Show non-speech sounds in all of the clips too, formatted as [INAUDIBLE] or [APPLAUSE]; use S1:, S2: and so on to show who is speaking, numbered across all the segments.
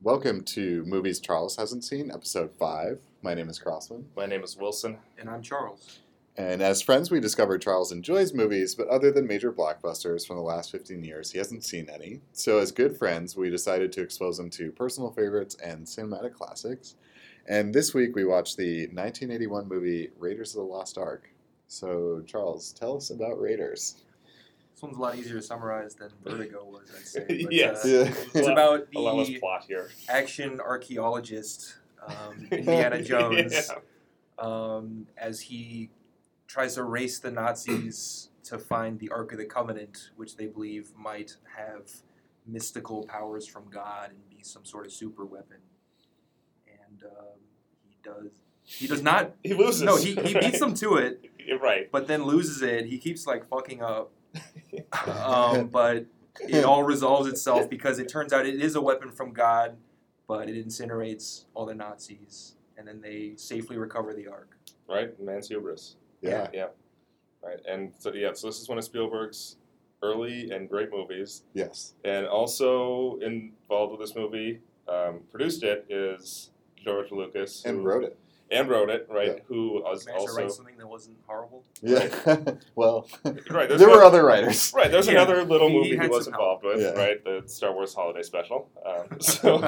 S1: Welcome to Movies Charles Hasn't Seen, Episode 5. My name is Crossman.
S2: My name is Wilson.
S3: And I'm Charles.
S1: And as friends, we discovered Charles enjoys movies, but other than major blockbusters from the last 15 years, he hasn't seen any. So, as good friends, we decided to expose him to personal favorites and cinematic classics. And this week, we watched the 1981 movie Raiders of the Lost Ark. So, Charles, tell us about Raiders.
S3: This one's a lot easier to summarize than Vertigo was, I'd say.
S2: [LAUGHS]
S1: [LAUGHS]
S3: But,
S2: Yes.
S3: uh, it's
S2: Well,
S3: about
S2: A lot less
S3: the
S2: plot here.
S3: action archaeologist,
S2: [LAUGHS]
S3: um, Indiana Jones, um, as he tries to race the Nazis to find the Ark of the Covenant, which they believe might have mystical powers from God and be some sort of super weapon. And um, he does. He
S2: [LAUGHS]
S3: does not.
S2: He loses.
S3: No, he,
S2: [LAUGHS]
S3: he beats
S2: right?
S3: them to it,
S2: Right.
S3: but then loses it. He keeps like
S2: [LAUGHS]
S3: fucking up. um, but it all resolves itself because it turns out it is a weapon from God, but it incinerates all the Nazis, and then they safely recover the Ark.
S2: Right. Man's hubris.
S1: Yeah.
S2: Yeah. Right. And so yeah. So this is one of Spielberg's early and great movies,
S1: Yes.
S2: and also involved with this movie, um, produced it is George Lucas
S1: And
S2: who-
S1: wrote it.
S2: and wrote it. Right. Who was
S3: Managed to write
S2: also
S3: something that wasn't horrible.
S1: Yeah. [LAUGHS] well,
S2: right. there's
S1: there were
S2: no-
S1: other
S2: [LAUGHS]
S1: writers.
S2: Right, there's
S3: Yeah.
S2: another little
S3: He- he
S2: movie he,
S3: had
S2: was
S3: some
S2: involved with,
S1: Yeah.
S2: right? The Star Wars Holiday Special.
S1: [LAUGHS]
S2: Um, [LAUGHS] so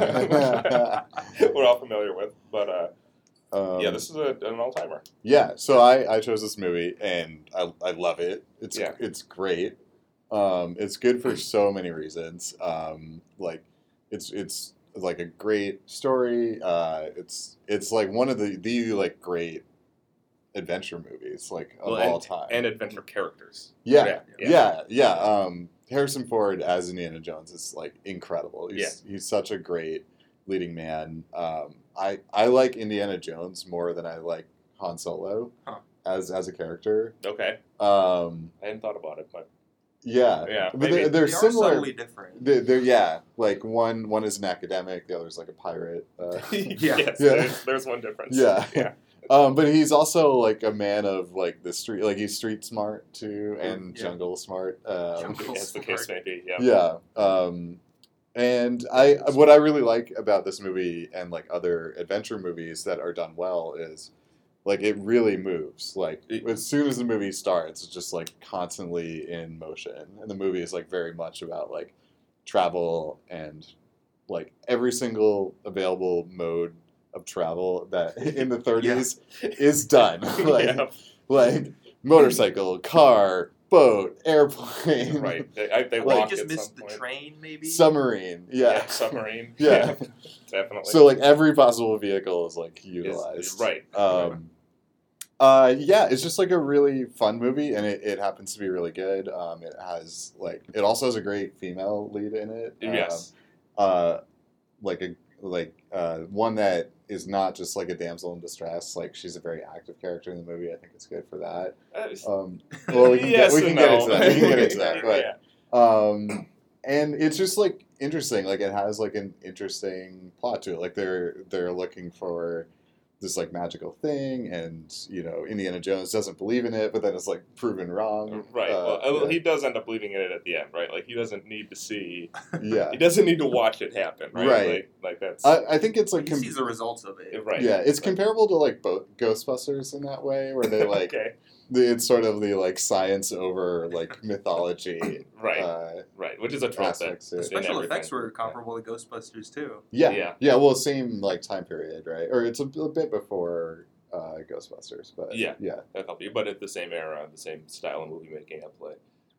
S2: we're all familiar with. But uh,
S1: Um,
S2: yeah, this is a, an all timer.
S1: Yeah, so I, I chose this movie and I, I love it. It's
S2: Yeah.
S1: it's great. Um, it's good for so many reasons. Um, like it's it's like a great story. Uh, it's it's like one of the the like great adventure movies like of
S2: Well,
S1: all time.
S2: And adventure characters.
S1: yeah,
S2: Yeah.
S1: yeah, yeah. Um, Harrison Ford as Indiana Jones is like incredible. He's, he's such a great leading man. Um, I I like Indiana Jones more than I like Han Solo
S3: Huh.
S1: as as a character.
S2: Okay.
S1: Um,
S2: I hadn't thought about it, but
S1: yeah,
S2: Yeah,
S1: Uh, but [LAUGHS]
S2: maybe. [LAUGHS]
S1: they're, they're
S3: they are
S1: similar.
S3: subtly different.
S1: They're, they're yeah, like one one is an academic, the other is like a pirate.
S3: [LAUGHS]
S1: Uh,
S3: Yeah.
S2: yes,
S1: Yeah.
S2: There's, there's one difference.
S1: Yeah.
S3: [LAUGHS]
S2: Yeah.
S1: um, but he's also like a man of like the street, like he's street smart too, and
S3: Yeah.
S1: jungle smart. Um,
S3: Jungle
S2: As the case may be. Yeah.
S1: yeah um and i what i really like about this movie and like other adventure movies that are done well is like it really moves like
S2: It-
S1: as soon as the movie starts it's just like constantly in motion and the movie is like very much about like travel and like every single available mode of travel that [LAUGHS] in
S2: [LAUGHS]
S1: the 30s is done [LAUGHS] like
S2: [LAUGHS] Yeah,
S1: like motorcycle car boat airplane
S2: Right. They, I,
S1: [LAUGHS]
S2: they
S3: Well,
S2: walked
S3: he
S2: at
S3: just
S2: some
S3: missed the
S2: point.
S3: train, maybe.
S1: submarine.
S2: Yeah.
S1: Yeah.
S2: submarine.
S1: [LAUGHS]
S2: [LAUGHS]
S1: Yeah.
S2: Definitely.
S1: So like every possible vehicle is like
S2: Is-
S1: utilized.
S2: right.
S1: Um, uh, yeah, it's just like a really fun movie, and it, it happens to be really good. Um, it has like it also has a great female lead in it. Um,
S2: yes.
S1: Uh, like a like uh, one that is not just like a damsel in distress. Like she's a very active character in the movie. I think it's good for that.
S2: Uh,
S1: Um, well, we
S2: [LAUGHS]
S1: can,
S2: yes
S1: get, we
S2: and
S1: can get
S2: no.
S1: into that. We can get into
S2: [LAUGHS]
S1: that. But
S2: Yeah.
S1: um, and it's just like interesting. Like it has like an interesting plot to it. Like they're they're looking for this like magical thing, and you know Indiana Jones doesn't believe in it, but then it's like proven wrong.
S2: Right.
S1: Uh,
S2: well, uh,
S1: yeah.
S2: he does end up believing in it at the end, right? Like he doesn't need to see,
S1: yeah.
S2: [LAUGHS] he doesn't need to watch it happen, right?
S1: Right.
S2: Like, like that's
S1: I, I think it's like
S3: he
S1: com-
S3: sees the results of it.
S2: right.
S1: yeah, it's
S2: Right.
S1: comparable to like both Ghostbusters in that way, where
S2: [LAUGHS]
S1: they like
S2: okay,
S1: the, it's sort of the like science over like mythology.
S2: right,
S1: Uh,
S2: right, which is a trope that
S1: aspects to
S3: The
S1: it.
S2: in
S3: special
S2: everything.
S3: effects were comparable to Ghostbusters too.
S1: Yeah, yeah,
S2: Yeah.
S1: Well, same like time period, right? Or it's a, a bit before uh, Ghostbusters, but
S2: Yeah.
S1: yeah,
S2: that help you, but at the same era, the same style of movie making at play,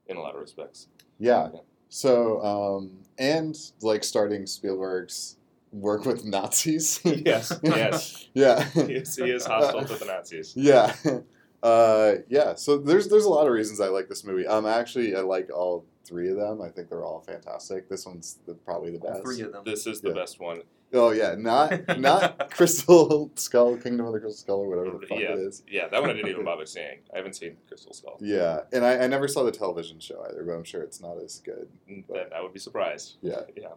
S2: in a lot of respects.
S1: yeah. So, um, and like starting Spielberg's work with [LAUGHS] Nazis.
S2: yes, [LAUGHS] yes,
S1: yeah,
S2: yes, he is hostile to the Nazis.
S1: yeah, [LAUGHS] uh, yeah. So there's there's a lot of reasons I like this movie. Um, actually, I like all three of them. I think they're all fantastic. This one's the, probably the
S3: All
S1: best.
S3: three of them.
S2: This is the
S1: Yeah.
S2: best one.
S1: Oh yeah, not not Crystal [LAUGHS] Skull, Kingdom of the Crystal Skull, or whatever the fuck
S2: Yeah,
S1: it is.
S2: yeah, that one I didn't even bother seeing. I haven't seen Crystal Skull.
S1: Yeah, and I, I never saw the television show either, but I'm sure it's not as good.
S2: That I would be surprised.
S1: Yeah,
S2: Yeah,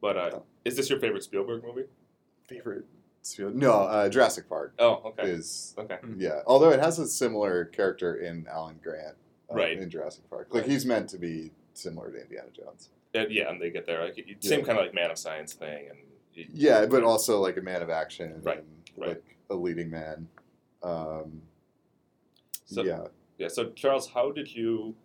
S2: but uh, is this your favorite Spielberg movie?
S1: favorite Spiel- No, uh, Jurassic Park
S2: Oh, okay,
S1: is
S2: okay,
S1: yeah. Although it has a similar character in Alan Grant, uh,
S2: Right.
S1: in Jurassic Park. Like
S2: Right.
S1: he's meant to be similar to Indiana Jones.
S2: Uh, yeah, and they get there. Like, it- same
S1: Yeah.
S2: kind of like Man of Science thing, and
S1: Yeah, but also like a man of action,
S2: Right,
S1: and,
S2: right.
S1: Like a leading man. Um,
S2: So,
S1: yeah,
S2: Yeah. So Charles, how did you?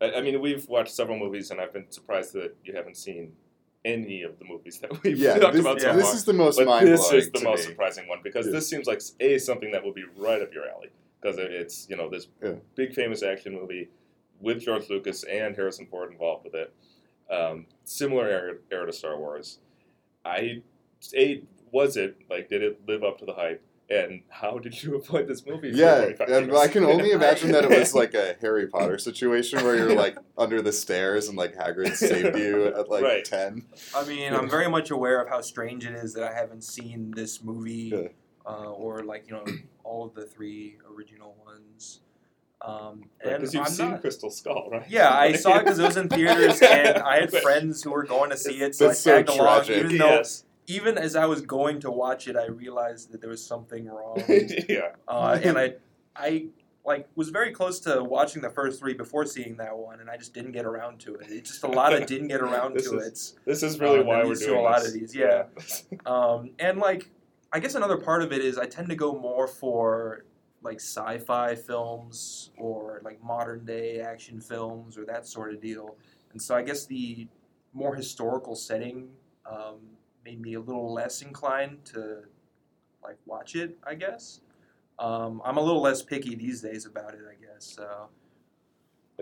S2: I, I mean, we've watched several movies, and I've been surprised that you haven't seen any of the movies that [LAUGHS] we've
S1: yeah.
S2: talked
S1: This,
S2: about
S3: yeah,
S2: so
S1: this
S2: far.
S1: is the most
S2: but
S1: mind
S2: this
S1: blowing
S2: is
S1: to
S2: the
S1: me.
S2: most surprising one because
S1: Yeah.
S2: this seems like a something that will be right up your alley because it's you know this
S1: Yeah.
S2: big famous action movie with George Lucas and Harrison Ford involved with it. Um, similar era, era to Star Wars. I a was it like did it live up to the hype? And how did you [LAUGHS] avoid this movie? for
S1: Yeah,
S2: 45
S1: and
S2: years?
S1: I can only
S2: Yeah.
S1: imagine that it
S3: [LAUGHS]
S1: was like a Harry Potter situation where you're like under the stairs and like Hagrid saved
S3: [LAUGHS]
S1: you at like
S2: Right.
S1: ten.
S3: I mean, I'm very much aware of how strange it is that I haven't seen this movie
S1: Yeah.
S3: uh, or like you know all of the three original ones. Um,
S2: Right,
S3: and
S2: 'cause you've
S3: I'm
S2: seen
S3: not-
S2: Crystal Skull, right? [LAUGHS]
S3: [LAUGHS] yeah, I
S2: Like-
S3: saw it because it was in
S2: [LAUGHS]
S3: theaters, and I had
S2: But-
S3: friends who were going to see it, so
S1: That's
S3: I
S1: so
S3: tagged along.
S1: tragic.
S3: Even though,
S2: Yes.
S3: even as I was going to watch it, I realized that there was something wrong,
S2: [LAUGHS] yeah.
S3: uh, and I, I like was very close to watching the first three before seeing that one, and I just didn't get around to it. It's just a lot of didn't get around
S2: This
S3: to
S2: is-
S3: it.
S2: This is really
S3: Uh, that
S2: why we're
S3: leads to
S2: doing
S3: a lot
S2: this.
S3: of these, yeah. Um, and like, I guess another part of it is I tend to go more for like sci-fi films or like modern day action films or that sort of deal. And so I guess the more historical setting um, made me a little less inclined to like watch it. I guess um, I'm a little less picky these days about it. I guess so.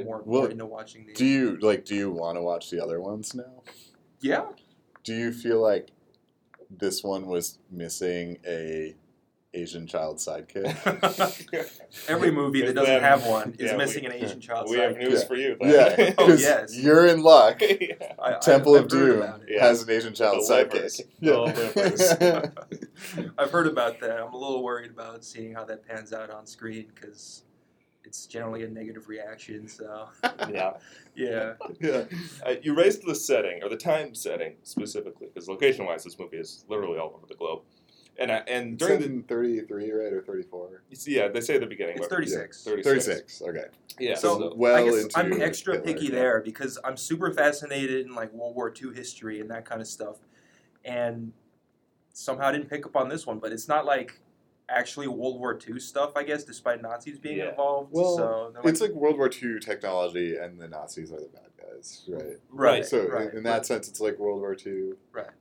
S3: More,
S1: Well,
S3: more into watching these.
S1: Do you like? Do you want to watch the other ones now?
S3: yeah.
S1: Do you feel like this one was missing a Asian child sidekick?
S3: [LAUGHS]
S1: [LAUGHS]
S2: [LAUGHS]
S3: Every movie that
S2: Is
S3: doesn't
S2: that-
S3: have one
S2: [LAUGHS]
S3: is
S2: yeah, we-
S3: missing an Asian child.
S2: [LAUGHS] we have
S3: sidekick.
S2: news
S1: Yeah.
S2: for you.
S1: yeah,
S2: [LAUGHS] Larry.
S3: [LAUGHS] Oh,
S1: because
S3: yes.
S1: you're in
S3: [LAUGHS]
S1: luck. [LAUGHS]
S2: Yeah.
S3: I- I-
S1: Temple
S3: I've
S1: of
S3: heard
S1: Doom
S3: about it.
S2: Yeah.
S1: has an Asian child
S2: The livers.
S1: sidekick.
S2: The
S3: I've heard about that. I'm a little worried about seeing how that pans out on screen because it's generally a negative reaction. So
S2: yeah.
S3: yeah,
S1: [LAUGHS] yeah.
S2: Uh, you raised the setting or the time setting specifically because location-wise, this movie is literally all over the globe. And I, and
S1: It's
S2: during the
S1: in 33, right, or 34?
S2: you see, yeah, they say at the beginning.
S3: it's
S2: but-
S3: 36.
S1: 36. Okay.
S2: Yeah.
S3: So-
S2: So,
S1: well
S3: I guess I'm
S1: into
S3: extra
S1: Hitler.
S3: picky there because I'm super fascinated in like World War II history and that kind of stuff, and somehow I didn't pick up on this one. But it's not like actually World War II stuff, I guess, despite Nazis being
S2: Yeah.
S3: involved.
S1: Well,
S3: so they're
S1: It's like World War II technology, and the Nazis are the bad guys, right?
S3: right,
S1: So in-
S3: right,
S1: in that sense, it's like World War II.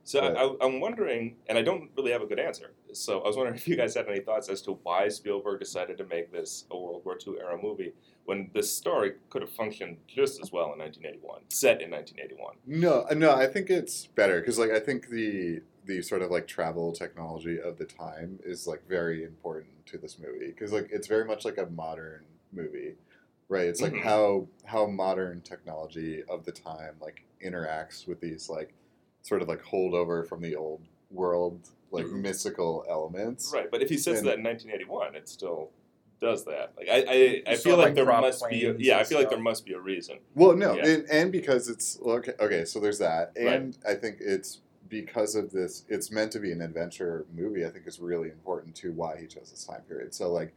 S2: so
S1: Right.
S2: I, I'm wondering, and I don't really have a good answer. So I was wondering if you guys had any thoughts as to why Spielberg decided to make this a World War II era movie when this story could have functioned just as well in 1981, set in 1981.
S1: No, no, I think it's better because, like, I think the the sort of like travel technology of the time is like very important to this movie because, like, it's very much like a modern movie, right? It's like
S3: Mm-hmm.
S2: Mhm.
S1: how how modern technology of the time like interacts with these like sort of like holdover from the old world like
S3: Mhm.
S1: mystical elements.
S2: Right, but if he says
S1: And-
S2: that in 1981, it still does that. Like I, I, I
S3: Sort
S2: feel
S3: of
S2: like,
S3: like
S2: there
S3: prop
S2: must be, a,
S3: planes
S2: yeah, I
S3: and
S2: feel like there
S3: stuff.
S2: must be a reason.
S1: [CLEARS THROAT] Well, no,
S2: Yeah.
S1: and, and because it's well, okay. Okay, so there's that, and I think it's because of this. It's meant to be an adventure movie. I think is really important to why he chose this time period. So like,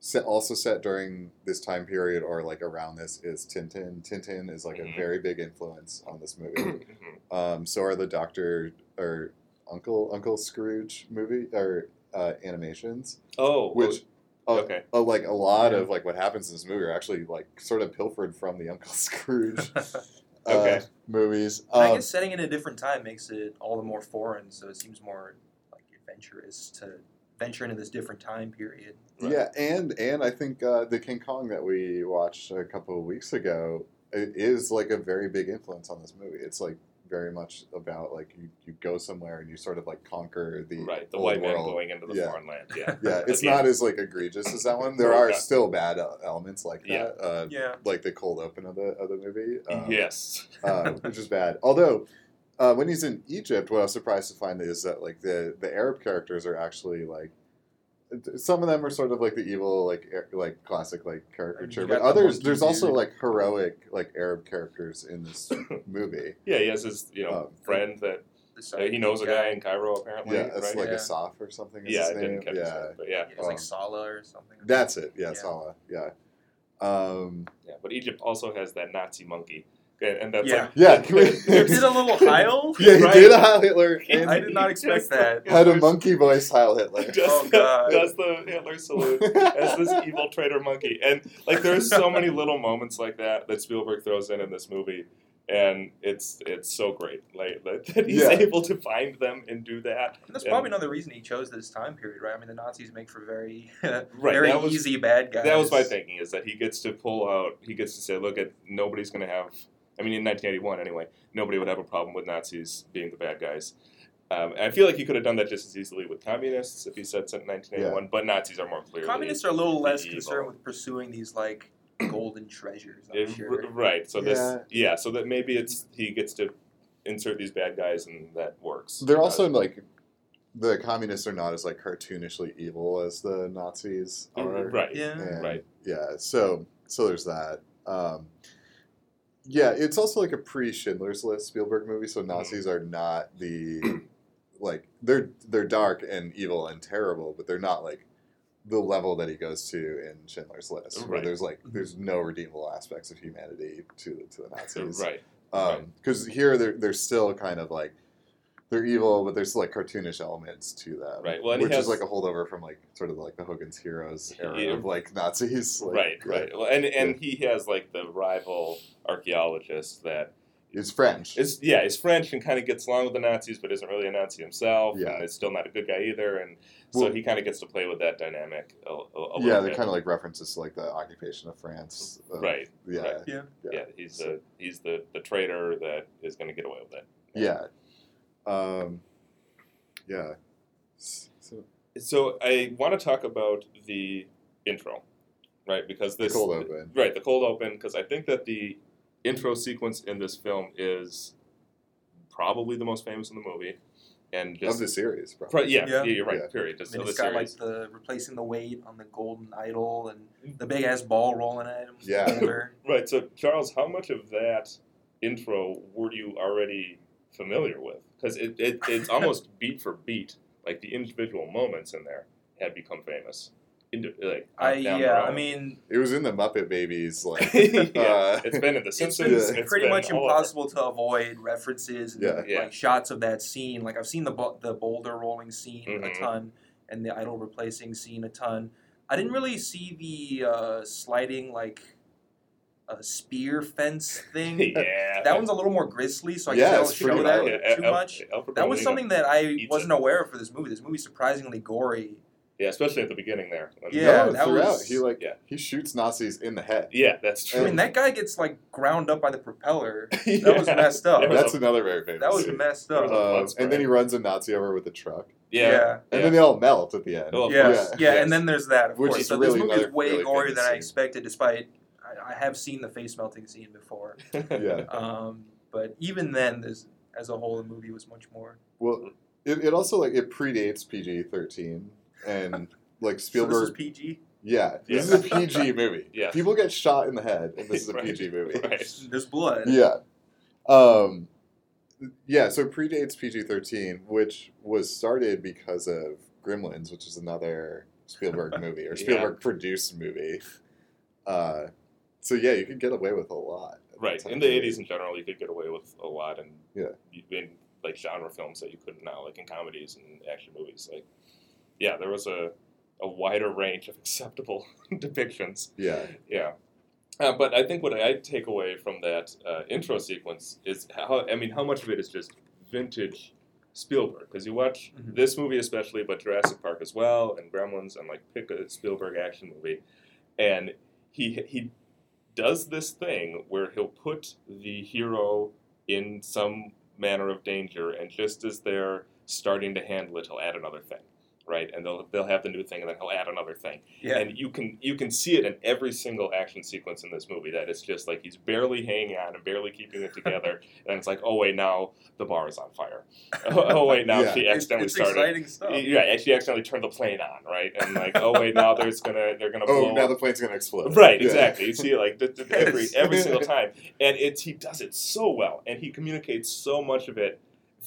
S1: set, also set during this time period or like around this is Tintin. Tintin is like
S2: Mhm.
S1: a very big influence on this movie. [CLEARS THROAT]
S2: Mhm.
S1: um, so are the Doctor or Uncle Uncle Scrooge movie or uh, animations,
S2: oh,
S1: which. uh,
S2: okay,
S1: uh, like a lot of like what happens in this movie are actually like sort of pilfered from the Uncle [LAUGHS] Scrooge uh,
S2: [LAUGHS] Okay.
S1: movies.
S3: And I
S1: Um,
S3: guess setting it in a different time makes it all the more foreign, so it seems more like adventurous to venture into this different time period.
S2: right.
S1: Yeah, and and I think uh, the King Kong that we watched a couple of weeks ago i- is like a very big influence on this movie. It's like very much about like you, you go somewhere and you sort of like conquer the
S2: right, the
S1: old
S2: white man
S1: world.
S2: going into the
S1: Yeah.
S2: foreign land.
S1: [LAUGHS]
S2: Yeah, [LAUGHS]
S1: Yeah, it's
S2: Yeah.
S1: not as like egregious as that
S2: [LAUGHS]
S1: one. There are
S2: Yeah.
S1: still bad uh, elements like that,
S2: Yeah.
S1: uh,
S3: Yeah.
S1: like the cold open of the of the movie. um,
S2: yes. [LAUGHS]
S1: uh, which is bad. Although, uh, when he's in Egypt, what I was surprised to find is that like the the Arab characters are actually like some of them are sort of like the evil like Ar- like classic like caricature,
S3: You
S1: but
S3: got the
S1: others
S3: monkey
S1: there's also
S3: dude.
S1: like heroic like Arab characters in this movie.
S2: Yeah, he has his you know
S1: Um,
S2: friend that
S3: This,
S2: uh, he knows a guy in Cairo apparently.
S1: yeah, it's
S2: right?
S1: like
S3: Yeah.
S1: Asaf or something. Is
S2: yeah, I
S1: his name.
S2: didn't catch
S1: yeah,
S2: that, but yeah, oh,
S3: It's
S1: um,
S3: like Sala or something.
S1: that's it. Yeah,
S3: Yeah.
S1: Salah. Yeah. Um,
S2: yeah. But Egypt also has that Nazi monkey and, and that's
S3: Yeah.
S2: like
S1: Yeah, can we-
S2: There's-
S1: Did
S4: did
S2: [LAUGHS]
S4: a little Heil.
S1: [LAUGHS] Yeah, he
S2: Right.
S1: did a Heil Hitler and
S3: I did
S2: [LAUGHS]
S3: not expect that.
S1: had a monkey voice Heil Hitler.
S2: does,
S1: [LAUGHS]
S3: Oh,
S2: the,
S3: God.
S2: does the Hitler salute as this evil traitor monkey, and like there are so many little moments like that that Spielberg throws in in this movie, and it's it's so great like that, that he's
S1: Yeah.
S2: able to find them and do that.
S3: And that's
S2: Yeah.
S3: probably another reason he chose this time period, right? I mean, the Nazis make for very, [LAUGHS]
S2: Right,
S3: very
S2: that was-
S3: easy bad guys.
S2: That was my thinking is that he gets to pull out, he gets to say, look, at nobody's going to have, I mean, in 1981 anyway, nobody would have a problem with Nazis being the bad guys. Um, and I feel like he could have done that just as easily with communists if he said something in 1981, but Nazis are more clearly.
S3: Communists are a little less
S2: evil.
S3: concerned with pursuing these like golden treasures. I'm
S2: Eh,
S3: sure.
S2: r- right, so this,
S1: Yeah.
S2: yeah, so that maybe it's, he gets to insert these bad guys and that works.
S1: They're also
S2: Uh,
S1: like the communists are not as like cartoonishly evil as the Nazis are.
S2: right.
S3: Yeah.
S1: And,
S2: Right.
S1: Yeah. So so there's that. Um, yeah, it's also like a pre Schindler's List Spielberg movie,
S2: Mm-hmm.
S1: so Nazis are not the [CLEARS THROAT] like they're they're dark and evil and terrible, but they're not like the level that he goes to in Schindler's List, where
S2: Right. Mm-hmm.
S1: there's like there's no redeemable aspects of humanity to to the Nazis,
S2: Right.
S1: Because Um, here they're they're still kind of like they're evil, but there's still like cartoonish elements to them,
S2: Right, well, and he
S1: which is
S2: has-
S1: like a holdover from like sort of like the Hogan's Heroes era
S2: Yeah.
S1: of like Nazis, [LAUGHS] like, uh,
S2: right,
S1: yeah.
S2: right. Well, and and he has like the rival archaeologist that
S1: It's French.
S2: It's yeah, he's French and kind of gets along with the Nazis, but isn't really a Nazi himself,
S1: Yeah.
S2: and is still not a good guy either. And
S1: Well-
S2: so he kind of gets to play with that dynamic a, a, a little
S1: yeah, they
S2: bit.
S1: kind of like references to like the occupation of France, of-
S2: right.
S1: Yeah,
S2: right.
S1: yeah.
S2: Yeah, he's the he's the the traitor that is going to get away with it.
S1: yeah, um, yeah. S- So,
S2: So I want to talk about the intro, right? Because
S1: the
S2: this
S1: cold open.
S2: right the cold open because I think that the intro sequence in this film is probably the most famous in the movie, and
S1: Of
S2: just
S1: the series,
S2: Pro-
S1: probably.
S2: yeah,
S3: Yeah.
S2: yeah, you're right.
S1: Yeah.
S2: Period.
S3: I
S2: Just
S3: mean,
S2: of
S3: it's
S2: the
S3: got like
S2: series.
S3: the replacing the weight on the golden idol and the big ass ball rolling at him.
S1: Yeah.
S2: [LAUGHS]
S3: Remember?
S2: Right. So, Charles, how much of that intro were you already familiar with? Because it, it,
S3: [LAUGHS]
S2: it's almost beat for beat. Like the individual moments in there had become famous. Indi- like
S3: I
S2: down the
S3: yeah.
S2: [LAUGHS]
S3: I
S2: road.
S3: mean,
S1: It was in the Muppet Babies, like
S2: [LAUGHS] Yeah,
S1: uh, [LAUGHS]
S2: it's been in The
S3: it's
S2: Simpsons.
S3: been
S1: Yeah.
S2: it's
S3: pretty
S2: been
S3: much
S2: all over.
S3: impossible to avoid references and
S1: Yeah.
S3: like
S2: Yeah.
S3: shots of that scene. Like I've seen the bu- the boulder rolling scene
S2: Mhm.
S3: a ton and the idol replacing scene a ton. I didn't really see the uh, sliding like uh,
S2: [LAUGHS]
S3: spear fence thing.
S2: yeah,
S3: That one's a little more grisly, so I
S1: Yeah,
S3: guess
S1: it's
S3: they don't
S1: pretty
S3: show
S1: violent.
S3: that too
S2: Al-
S3: much.
S2: Alfred
S3: That
S2: Molina.
S3: was something that I
S2: Pizza.
S3: wasn't aware of for this movie. This movie's surprisingly gory.
S2: Yeah, especially at the beginning there. When-
S3: Yeah,
S1: no,
S3: that
S1: throughout
S3: was-
S1: he like
S2: Yeah.
S1: he shoots Nazis in the head.
S2: yeah, that's
S1: Yeah.
S3: I
S2: true.
S3: mean, that guy gets like ground up by the propeller.
S2: [LAUGHS]
S3: That was
S2: Yeah.
S3: messed up.
S2: There was
S1: That's
S2: a-
S1: another very famous.
S3: that was
S1: scene.
S3: messed
S2: There was a-
S3: up.
S1: Um,
S2: blood spray.
S1: and then he runs a Nazi over with a truck,
S2: yeah,
S3: yeah.
S1: and then they all melt at the end.
S2: Oh, of
S3: yeah,
S2: course.
S3: yeah,
S2: Yes.
S3: and then there's that. Of
S1: Which
S3: course.
S1: is
S3: so
S1: really
S3: this movie
S1: another
S3: is way
S1: really
S3: gorier than I
S1: fantasy.
S3: expected, despite I, I have seen the face melting scene
S2: [LAUGHS]
S3: before.
S1: Yeah.
S3: Um, but even then, this as a whole, the movie was much more.
S1: Well, it, it also like it predates PG thirteen and like
S3: [LAUGHS] So
S1: Spielberg.
S3: this is PG.
S1: yeah, this is
S2: Yeah.
S1: a PG movie.
S3: [LAUGHS]
S2: Yes.
S1: people get shot in the head, and this is a
S2: Right.
S1: PG movie.
S2: right.
S3: There's blood.
S1: Yeah, um, yeah. So it predates PG thirteen, which was started because of Gremlins, which is another
S2: [LAUGHS]
S1: Spielberg movie or
S2: Yeah.
S1: Spielberg produced movie. Uh, so yeah, you could get away with a lot. at that
S2: Right.
S1: time
S2: In the
S1: period.
S2: eighties in general you could get away with a lot and
S1: Yeah.
S2: you've been like genre films that you couldn't now, like in comedies and action movies. Like yeah, there was a, a wider range of [LAUGHS] acceptable depictions.
S1: Yeah.
S2: Yeah. Uh, but I think what I take away from that uh, intro sequence is how I mean how much of it is just vintage Spielberg because you watch
S3: Mhm.
S2: this movie especially, but Jurassic Park as well, and Gremlins, and like pick a Spielberg action movie, and he he does this thing where he'll put the hero in some manner of danger, and just as they're starting to handle it, he'll add another thing, right? And they'll they'll have the new thing, and then he'll add another thing
S3: Yeah.
S2: and you can you can see it in every single action sequence in this movie that it's just like he's barely hanging on and barely keeping
S1: [LAUGHS]
S2: it together and it's like oh wait now the bar is on fire [LAUGHS] oh, oh, wait now
S1: Yeah.
S2: she
S3: It's-
S2: accidentally
S3: it's
S2: started
S3: exciting stuff.
S2: yeah she accidentally turned the plane on right and like oh wait now there's gonna they're gonna
S1: [LAUGHS] Oh,
S2: blow
S1: now
S2: up
S1: the plane's gonna explode.
S2: [LAUGHS] Right,
S1: Yeah.
S2: exactly. You see, it like th- th-
S1: [LAUGHS]
S3: Yes.
S2: every every single time, and it's he does it so well, and he communicates so much of it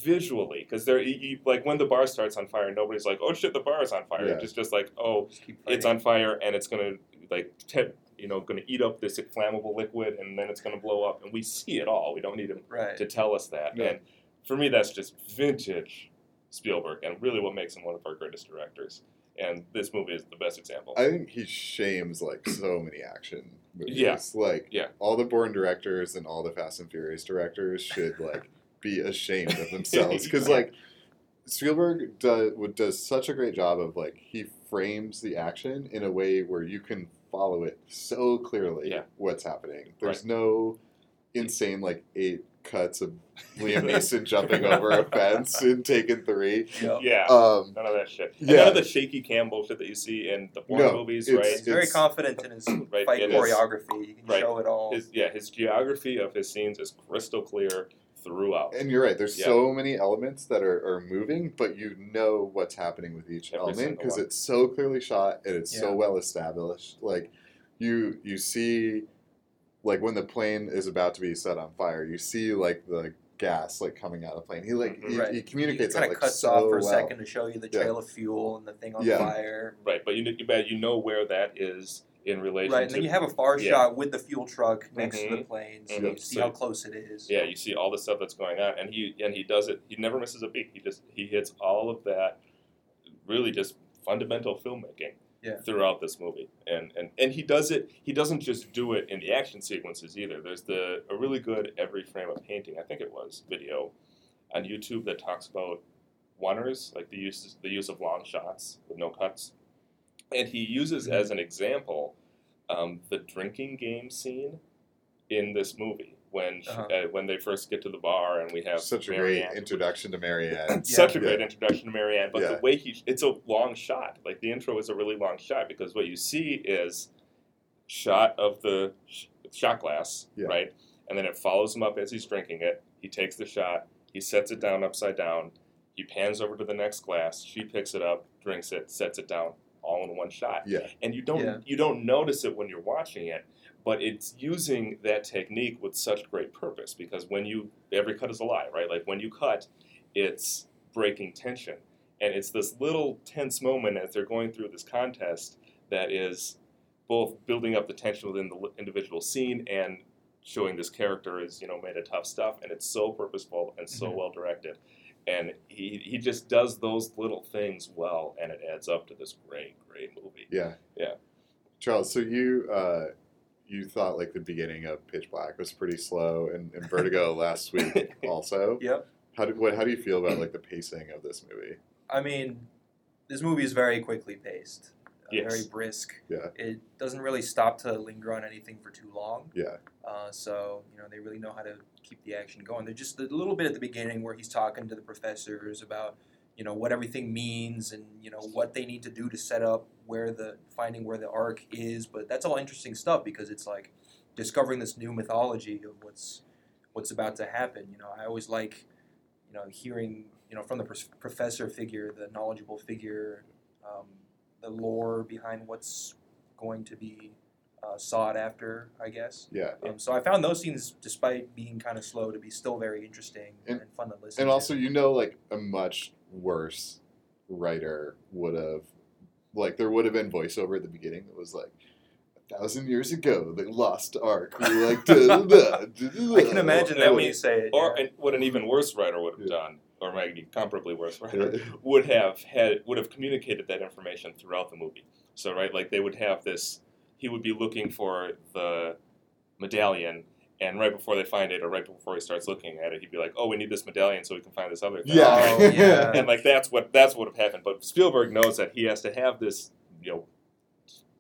S2: visually because there, you, you- like when the bar starts on fire, nobody's like, "Oh shit, the bar is on fire."
S1: Yeah.
S2: It's just like, "Oh,
S3: Just keep
S2: it's
S3: fighting.
S2: on fire and it's gonna like te- you know, going to eat up this inflammable liquid and then it's going to blow up. And we see it all. We don't need him
S3: Right.
S2: to tell us that.
S1: Yeah.
S2: And for me, that's just vintage Spielberg and really what makes him one of our greatest directors. And this movie is the best example.
S1: I think he shames like so many action movies.
S2: Yeah.
S1: Like
S2: Yeah.
S1: all the Bourne directors and all the Fast and Furious directors should like be ashamed of
S2: [LAUGHS]
S1: themselves because
S2: Yeah.
S1: like Spielberg does would- does such a great job of like he frames the action in a way where you can follow it so clearly
S2: Yeah.
S1: what's happening. There's no insane like eight cuts of
S2: [LAUGHS]
S1: Liam Neeson jumping over a fence in Taken Three.
S3: Yep.
S2: [LAUGHS] yeah,
S1: Um,
S2: none of that shit. And
S1: yeah.
S2: None of the shaky cam bullshit that you see in the Bourne
S1: No,
S2: movies,
S1: it's-
S2: right?
S3: He's very
S1: It's-
S3: confident
S2: [COUGHS]
S3: in his
S2: Right,
S3: fight
S2: it
S1: is.
S3: choreography. He can
S2: Right.
S3: show it all.
S2: His, yeah, his geography of his scenes is crystal clear throughout.
S1: And you're right. There's
S2: Yeah.
S1: so many elements that are, are moving, but you know what's happening with each
S2: Every
S1: element
S2: single
S1: because
S2: one.
S1: it's so clearly shot and it's so
S3: Yeah.
S1: well established. Like you you see, like when the plane is about to be set on fire, you see like the gas like coming out of the plane. He like
S2: Mhm.
S1: he,
S3: Mm-hmm. Right.
S1: he
S3: He
S1: communicates
S3: kind
S1: that like
S3: of cuts
S1: so
S3: off for
S1: well.
S3: a second to show you the
S1: Yeah.
S3: trail of fuel and the thing on
S1: Yeah.
S3: fire.
S2: Right, but you, kn- but you know where that is in relation
S3: Right, and
S2: to.
S3: then you have a far
S2: Yeah.
S3: shot with the fuel truck next to the
S2: Mhm.
S3: plane, so
S2: Mhm.
S3: you see
S2: So-
S3: how close it is.
S2: yeah, you see all the stuff that's going on, and he and he does it. He never misses a beat. He just he hits all of that, really just fundamental filmmaking
S3: Yeah.
S2: throughout this movie, and and and he does it. He doesn't just do it in the action sequences either. There's the a really good every frame of painting. I think it was video on YouTube that talks about wanners, like the use the use of long shots with no cuts, and he uses as an example um, the drinking game scene in this movie when she-
S3: Uh-huh.
S2: uh, when they first get to the bar and we have
S1: Such a great
S2: Marianne.
S1: introduction to
S2: [LAUGHS]
S1: Marianne.
S2: Such a
S1: Yeah.
S2: great introduction to Marianne, but
S1: Yeah.
S2: the way he, it's a long shot. Like the intro is a really long shot because what you see is shot of the sh- shot glass,
S1: Yeah.
S2: right? And then it follows him up as he's drinking it. He takes the shot, he sets it down upside down, he pans over to the next glass, she picks it up, drinks it, sets it down, all in one shot
S1: yeah,
S2: and you don't
S3: Yeah.
S2: you don't notice it when you're watching it but it's using that technique with such great purpose because when you every cut is a lie right like when you cut it's breaking tension and it's this little tense moment as they're going through this contest that is both building up the tension within the li- individual scene and showing this character is you know made of tough stuff and it's so purposeful and so
S3: Mhm.
S2: well directed and he, he just does those little things well and it adds up to this great great movie
S1: yeah,
S2: Yeah.
S1: Charles, so you uh, you thought like the beginning of Pitch Black was pretty slow, and, and
S2: [LAUGHS]
S1: Vertigo last week also.
S3: Yep.
S1: How do what? How do you feel about like the pacing of this movie?
S3: I mean, this movie is very quickly paced, uh,
S2: Yes.
S3: very brisk.
S1: Yeah.
S3: It doesn't really stop to linger on anything for too long.
S1: Yeah.
S3: Uh, so you know they really know how to keep the action going. There's just a little bit at the beginning where he's talking to the professors about you know what everything means and you know what they need to do to set up where the finding where the ark is. But that's all interesting stuff because it's like discovering this new mythology of what's what's about to happen. You know, I always like you know hearing you know from the pers- professor figure, the knowledgeable figure, um, the lore behind what's going to be uh, sought after. I guess.
S1: Yeah.
S3: Um, so I found those scenes, despite being kind of slow, to be still very interesting
S1: And-
S3: and, fun to listen.
S1: And
S3: to.
S1: also, you know, like a much worse writer would have, like, there would have been voiceover at the beginning that was like, a thousand years ago, they lost Ark. We like,
S3: [LAUGHS]
S1: da, da, da, da, da,
S3: I can imagine that when you say it.
S2: Or
S3: yeah.
S2: and what an even worse writer would have
S1: Yeah.
S2: done, or maybe comparably worse writer
S1: Yeah.
S2: [LAUGHS] would have had would have communicated that information throughout the movie. So right, like they would have this. He would be looking for the medallion, and right before they find it, or right before he starts looking at it, he'd be like, "Oh, we need this medallion so we can find this other thing."
S1: Yeah.
S3: Oh, yeah.
S2: [LAUGHS]
S1: [LAUGHS]
S2: and like that's what that's what would have happened. But Spielberg knows that he has to have this, you know,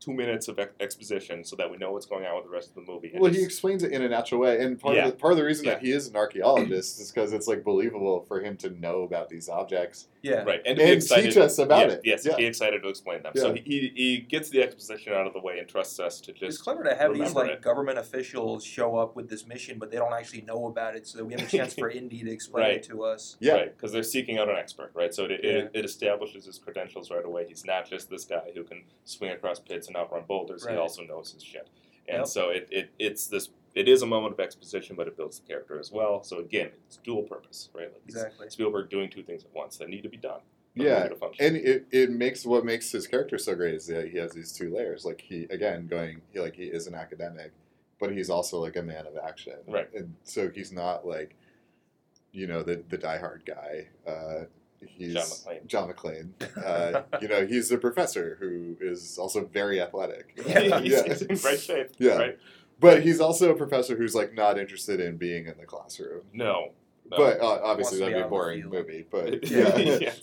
S2: two minutes of ex- exposition so that we know what's going on with the rest of the movie. and
S1: Well, he
S2: it's-
S1: explains it in a natural way, and part
S2: Yeah.
S1: of the, part of the reason
S2: Yeah.
S1: that he is an archaeologist is because it's like believable for him to know about these objects.
S3: yeah.
S2: Right, and, to be
S1: And
S2: excited,
S1: teach us about
S2: yes,
S1: it.
S2: Yes,
S1: Yeah.
S2: be excited to explain them. So
S1: Yeah.
S2: he, he gets the exposition out of the way and trusts us to
S3: It's
S2: just.
S3: clever to have these
S2: remember
S3: like
S2: it.
S3: government officials show up with this mission, but they don't actually know about it, so that we have a
S2: [LAUGHS]
S3: chance for Indy to explain
S2: Right.
S3: it to us.
S1: Yeah,
S2: because they're seeking out an expert, right? So it, it, it establishes his credentials right away. He's not just this guy who can swing across pits and outrun boulders.
S3: Right.
S2: He also knows his shit, and
S3: Yep.
S2: so it, it it's this. It is a moment of exposition, but it builds the character as well. So again, it's dual purpose, right? Like he's-
S3: Exactly.
S2: Spielberg doing two things at once that need to be done,
S3: Mm-hmm.
S2: of
S1: Yeah,
S2: movie to function.
S1: and it, it makes what makes his character so great is that he has these two layers like he again going he like he is an academic but he's also like a man of action
S2: Right.
S1: and so he's not like you know the the diehard guy uh he's
S2: John McClane.
S1: John
S2: [LAUGHS]
S1: McClane. uh, you know he's a professor who is also very
S2: [LAUGHS]
S1: athletic
S3: Yeah.
S2: he's,
S1: yeah.
S2: he's in great shape.
S1: Yeah.
S2: Right?
S1: [LAUGHS] but he's also a professor who's like not interested in being in the classroom
S2: No. no.
S1: but uh, obviously
S3: Wants to be
S1: that'd be
S3: out
S1: a
S3: on the
S1: boring
S3: field.
S1: movie
S2: [LAUGHS]
S1: but
S2: yeah.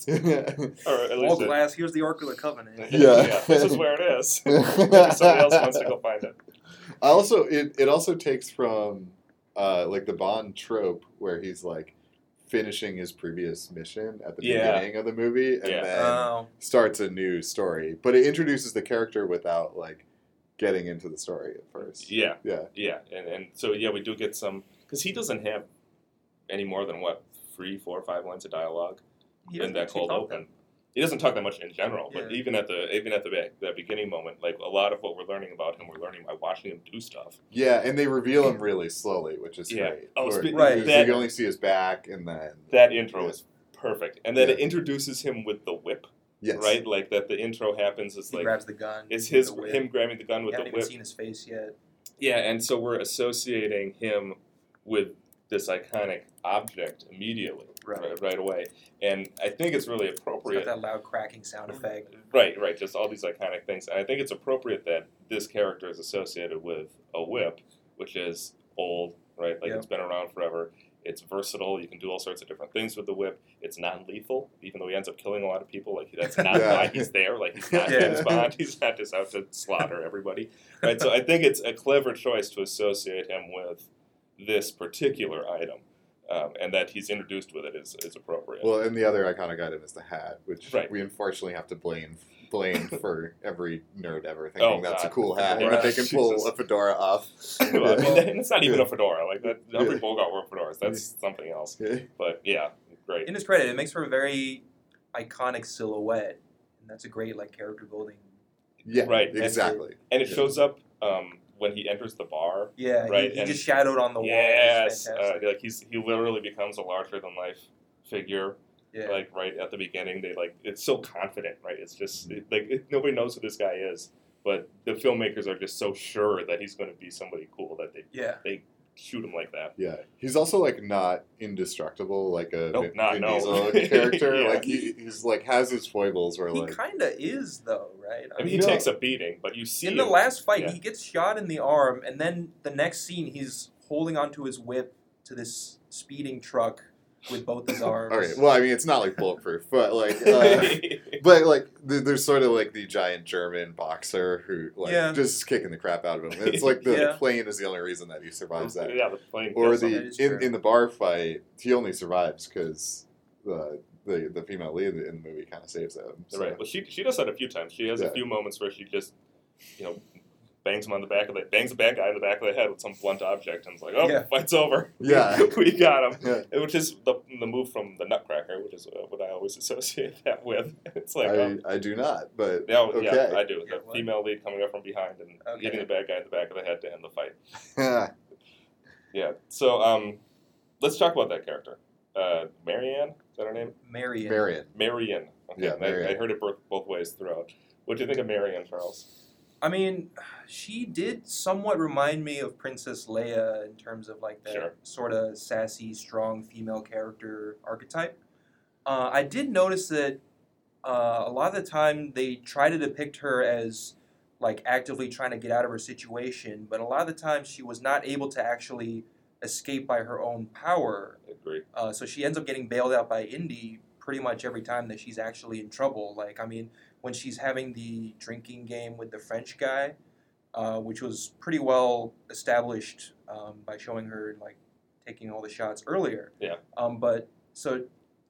S1: yeah
S2: Or at
S3: All
S2: least it-
S3: glass. Here's the Ark of the Covenant.
S1: Yeah.
S2: [LAUGHS] This is where it is.
S1: [LAUGHS]
S2: Maybe somebody else wants to go find it.
S1: I also it, it also takes from uh, like the Bond trope where he's like finishing his previous mission at the
S2: Yeah.
S1: beginning of the movie and
S2: Yeah.
S1: then
S3: Oh,
S1: starts a new story. But it introduces the character without like getting into the story at first.
S2: Yeah.
S1: Yeah.
S2: Yeah. And, and so, yeah, we do get some. Because he doesn't have any more than, what, three, four, five lines of dialogue?
S3: he
S2: in
S3: doesn't
S2: that
S3: actually
S2: cold
S3: talk
S2: open. He doesn't talk that much in general, but
S3: Yeah.
S2: even at the even at the be- that beginning moment, like a lot of what we're learning about him, we're learning by watching him do stuff.
S1: Yeah, and they reveal him really slowly, which is
S2: Yeah.
S1: great.
S2: Oh,
S1: Where-
S2: spe-
S3: Right.
S1: because
S2: that-
S1: you only see his back and then
S2: That intro
S1: Yeah.
S2: is perfect, and then it
S1: Yeah.
S2: introduces him with the whip,
S1: yes.
S2: right? Like that the intro happens is
S3: He
S2: like
S3: grabs the gun.
S2: it's his
S3: the whip.
S2: him grabbing the gun
S3: We
S2: with
S3: haven't
S2: the
S3: even
S2: whip.
S3: seen his face yet.
S2: Yeah, and so we're associating him with this iconic object immediately,
S3: Right.
S2: right, right away, and I think it's really Hmm.
S3: It's got
S2: appropriate.
S3: that loud cracking sound effect.
S2: Right, right. Just all these iconic things. And I think it's appropriate that this character is associated with a whip, which is old, right? Like
S3: Yeah.
S2: it's been around forever. It's versatile. You can do all sorts of different things with the whip. It's non-lethal, even though he ends up killing a lot of people. Like that's not
S1: Yeah.
S2: why he's there. Like he's not
S3: [LAUGHS] Yeah.
S2: James Bond. He's not just out to slaughter everybody, right? So I think it's a clever choice to associate him with this particular item, um, and that he's introduced with it is, is appropriate.
S1: Well, and the other iconic item is the hat, which
S2: Right.
S1: we unfortunately have to blame
S2: [LAUGHS]
S1: blame for every nerd ever thinking
S2: Oh,
S1: that's a
S2: God.
S1: cool hat and that
S2: Right.
S1: they can pull
S2: [LAUGHS] Jesus.
S1: a fedora off.
S2: [LAUGHS] well, I
S1: [LAUGHS]
S2: mean,
S3: Yeah.
S2: it's not even a fedora. Like that, every
S1: Yeah.
S2: Bogart wore fedoras. That's something else. But yeah, great.
S3: In his credit, it makes for a very iconic silhouette, and that's a great like character building.
S1: yeah,
S2: Right, and-
S1: exactly.
S2: And it shows up um, when he enters the bar.
S3: Yeah, he-
S2: Right,
S3: He,
S2: and-
S3: just shadowed on the wall. It's
S2: yes, uh,
S3: fantastic.
S2: like he's he literally becomes a larger than life figure.
S3: yeah.
S2: Like right at the beginning, they like it's so confident. Right, it's just it- like it, nobody knows who this guy is, but the filmmakers are just so sure that he's going to be somebody cool that they
S3: yeah.
S2: shoot him like that.
S1: Yeah, he's also like not indestructible, like a
S2: Nope,
S1: Vin,
S2: not-
S1: Vin
S2: no.
S1: Diesel
S2: [LAUGHS]
S1: character.
S2: Yeah.
S1: Like he, he's like has his foibles where
S3: He
S1: like
S3: kind of is though, right?
S2: I mean, he
S1: No.
S2: takes a beating, but you see
S3: in the
S2: him- [LAUGHS]
S3: last fight,
S2: yeah.
S3: he gets shot in the arm, and then the next scene, he's holding onto his whip to this speeding truck with
S2: [LAUGHS]
S3: both his arms.
S1: all right. Well, I mean, it's not like bulletproof, but like. Uh,
S3: [LAUGHS]
S1: But like, th- there's sort of like the giant German boxer who like
S3: Yeah.
S1: just is kicking the crap out of him. It's
S2: [LAUGHS]
S1: like the
S3: Yeah.
S1: plane is the only reason that he survives that.
S2: yeah, the plane
S1: or
S2: kills him.
S3: that
S1: the
S3: is true.
S1: in, in the bar fight, he only survives because the, the the female lead in the movie kind of saves him. So.
S2: Right. Well, she she does that a few times. She has a
S1: Yeah.
S2: few moments where she just, you know, bangs him on the back of the bangs a bad guy in the back of the head with some blunt object, and it's like, oh,
S3: Yeah.
S2: fight's over.
S1: Yeah.
S2: [LAUGHS] we got him.
S1: Yeah.
S2: Which is the, the move from the Nutcracker, which is uh, what I always [LAUGHS] associate that with. It's like,
S1: I,
S2: um,
S1: I do not, but [LAUGHS]
S2: yeah, yeah,
S1: okay.
S2: I do.
S3: Yeah,
S2: The
S3: what?
S2: female lead coming up from behind and
S3: Okay.
S2: hitting the bad guy in the back of the head to end the fight.
S1: Yeah.
S2: Yeah. So um, let's talk about that character. Uh, Marianne, is that her name?
S3: Marion.
S1: Marion.
S2: Marion. Okay.
S1: Yeah,
S2: I- I,
S1: Marion.
S2: heard it both, both ways throughout. What do you think of Marianne, Charles?
S3: I mean, she did somewhat remind me of Princess Leia in terms of like that
S2: Sure.
S3: sort of sassy, strong female character archetype. Uh, I did notice that uh, a lot of the time they try to depict her as like actively trying to get out of her situation, but a lot of the time she was not able to actually escape by her own power.
S2: Agree.
S3: Uh, so she ends up getting bailed out by Indy pretty much every time that she's actually in trouble. Like, I mean, when she's having the drinking game with the French guy, uh, which was pretty well established um, by showing her like taking all the shots earlier.
S2: Yeah.
S3: Um, but so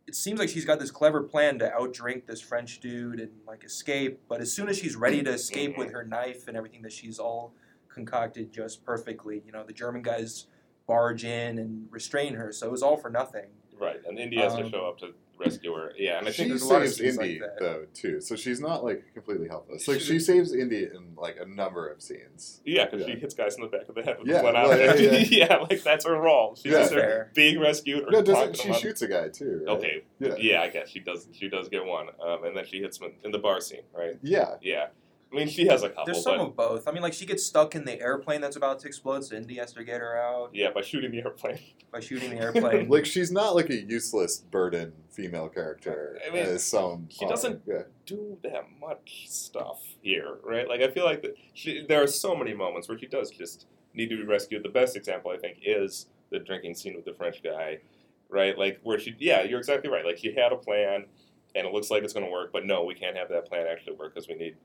S3: it seems like she's got this clever plan to outdrink this French dude and like escape. But as soon as she's ready to escape with her knife and everything that she's all concocted just perfectly, you know, the German guys barge in and restrain her. So it was all for nothing.
S2: Right, and India has to
S3: Um,
S2: show up to rescuer. Yeah, and I
S1: she
S2: think
S3: there's a
S1: saves
S3: lot of scenes like
S1: Indy
S3: that.
S1: though too, so she's not like completely helpless. Like
S2: She's
S1: she
S2: a-
S1: saves Indy in like a number of scenes.
S2: yeah, because
S1: Yeah.
S2: she hits guys in the back of the head with
S1: Yeah,
S2: one
S1: well, yeah,
S2: eye. [LAUGHS] Yeah, like that's her role. She's
S1: Yeah.
S2: just there
S3: fair.
S2: being rescued or
S1: No, doesn't
S2: talking
S1: she
S2: about-
S1: shoots a guy too? Right?
S2: Okay,
S1: Yeah.
S2: yeah, I guess she does. She does get one, um, and then she hits him in the bar scene, right?
S1: Yeah.
S2: Yeah, I mean she has a couple,
S3: There's some
S2: but
S3: of both. I mean, like she gets stuck in the airplane that's about to explode, so Indy has to get her out
S2: yeah, by shooting the airplane.
S1: [LAUGHS]
S3: by shooting the airplane.
S1: Like she's not like a useless burden female character
S2: I mean,
S1: as some.
S2: she
S1: are.
S2: doesn't-
S1: Yeah.
S2: do that much stuff here, right? Like I feel like that she, there are so many moments where she does just need to be rescued. The best example I think is the drinking scene with the French guy, right? Like where she, yeah, you're exactly right. Like she had a plan, and it looks like it's going to work, but no, we can't have that plan actually work because we need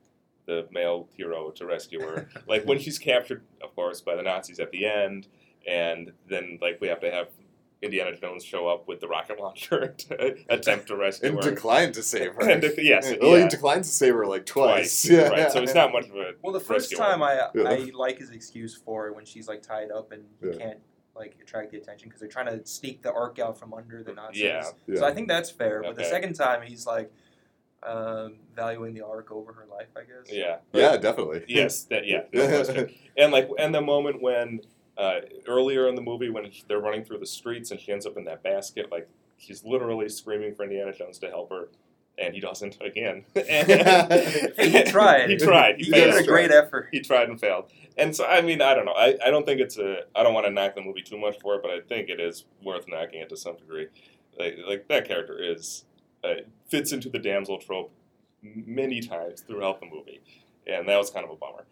S2: the male hero to rescue
S1: [LAUGHS]
S2: her. like when she's captured, of course, by the Nazis at the end, and then like we have to have. Indiana Jones show up with the rocket launcher [LAUGHS] to attempt to rescue
S1: And
S2: her.
S1: declined to
S2: [LAUGHS]
S1: save her.
S2: And dec- yes,
S1: Yeah. Well,
S2: yeah.
S1: he declines to save her like twice. [LAUGHS]
S2: twice.
S1: Yeah.
S2: Right. So it's not much
S3: [LAUGHS]
S2: of a
S3: Well, the first
S2: rescue
S3: time I
S1: Yeah.
S3: I like his excuse for it when she's like tied up and you
S1: Yeah.
S3: can't like attract the attention because they're trying to sneak the arc out from under the Nazis.
S2: Yeah.
S1: Yeah.
S3: So I think that's fair. But the
S2: Okay.
S3: second time he's like um, valuing the arc over her life, I guess.
S2: yeah.
S1: yeah, definitely.
S2: Yes. That. Yeah.
S1: [LAUGHS]
S2: no
S3: [LAUGHS]
S2: question. and like, and the moment when uh, earlier in the movie when they're running through the streets and she ends up in that basket, like she's literally screaming for Indiana Jones to help her, and he doesn't again. [LAUGHS]
S3: [LAUGHS] He tried.
S2: He tried.
S3: He gave
S1: fails.
S3: it a great effort.
S2: [LAUGHS] he tried and failed. And so, I mean, I don't know. I, I don't think it's a. I don't want to knock the movie too much for it, but I think it is worth knocking it to some degree. Like, like that character is uh, fits into the damsel trope many times throughout the movie, and that was kind of a bummer.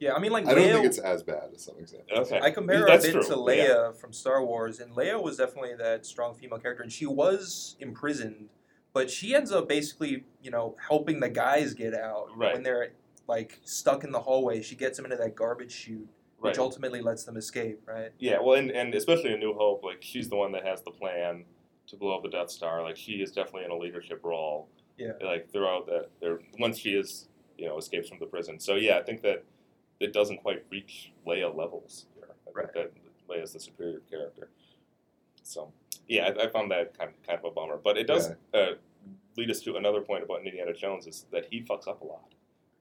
S3: Yeah, I mean, like
S1: I don't
S3: Leia
S1: think it's as bad as some examples.
S2: Okay,
S3: I compare her a
S2: That's
S3: bit
S2: true.
S3: to Leia from Star Wars, and Leia was definitely that strong female character, and she was imprisoned, but she ends up basically, you know, helping the guys get out
S2: Right.
S3: when they're like stuck in the hallway. She gets them into that garbage chute,
S2: Right.
S3: which ultimately lets them escape. Right?
S2: Yeah, well, and, and especially in New Hope, like she's the one that has the plan to blow up the Death Star. Like she is definitely in a leadership role.
S3: Yeah.
S2: Like throughout that, there once she is, you know, escapes from the prison. So yeah, I think that it doesn't quite reach Leia levels here. I
S3: Right.
S2: think that Leia's the superior character. So yeah, I, I found that kind of, kind of a bummer, but it does uh, lead us to another point about Indiana Jones is that he fucks up a lot,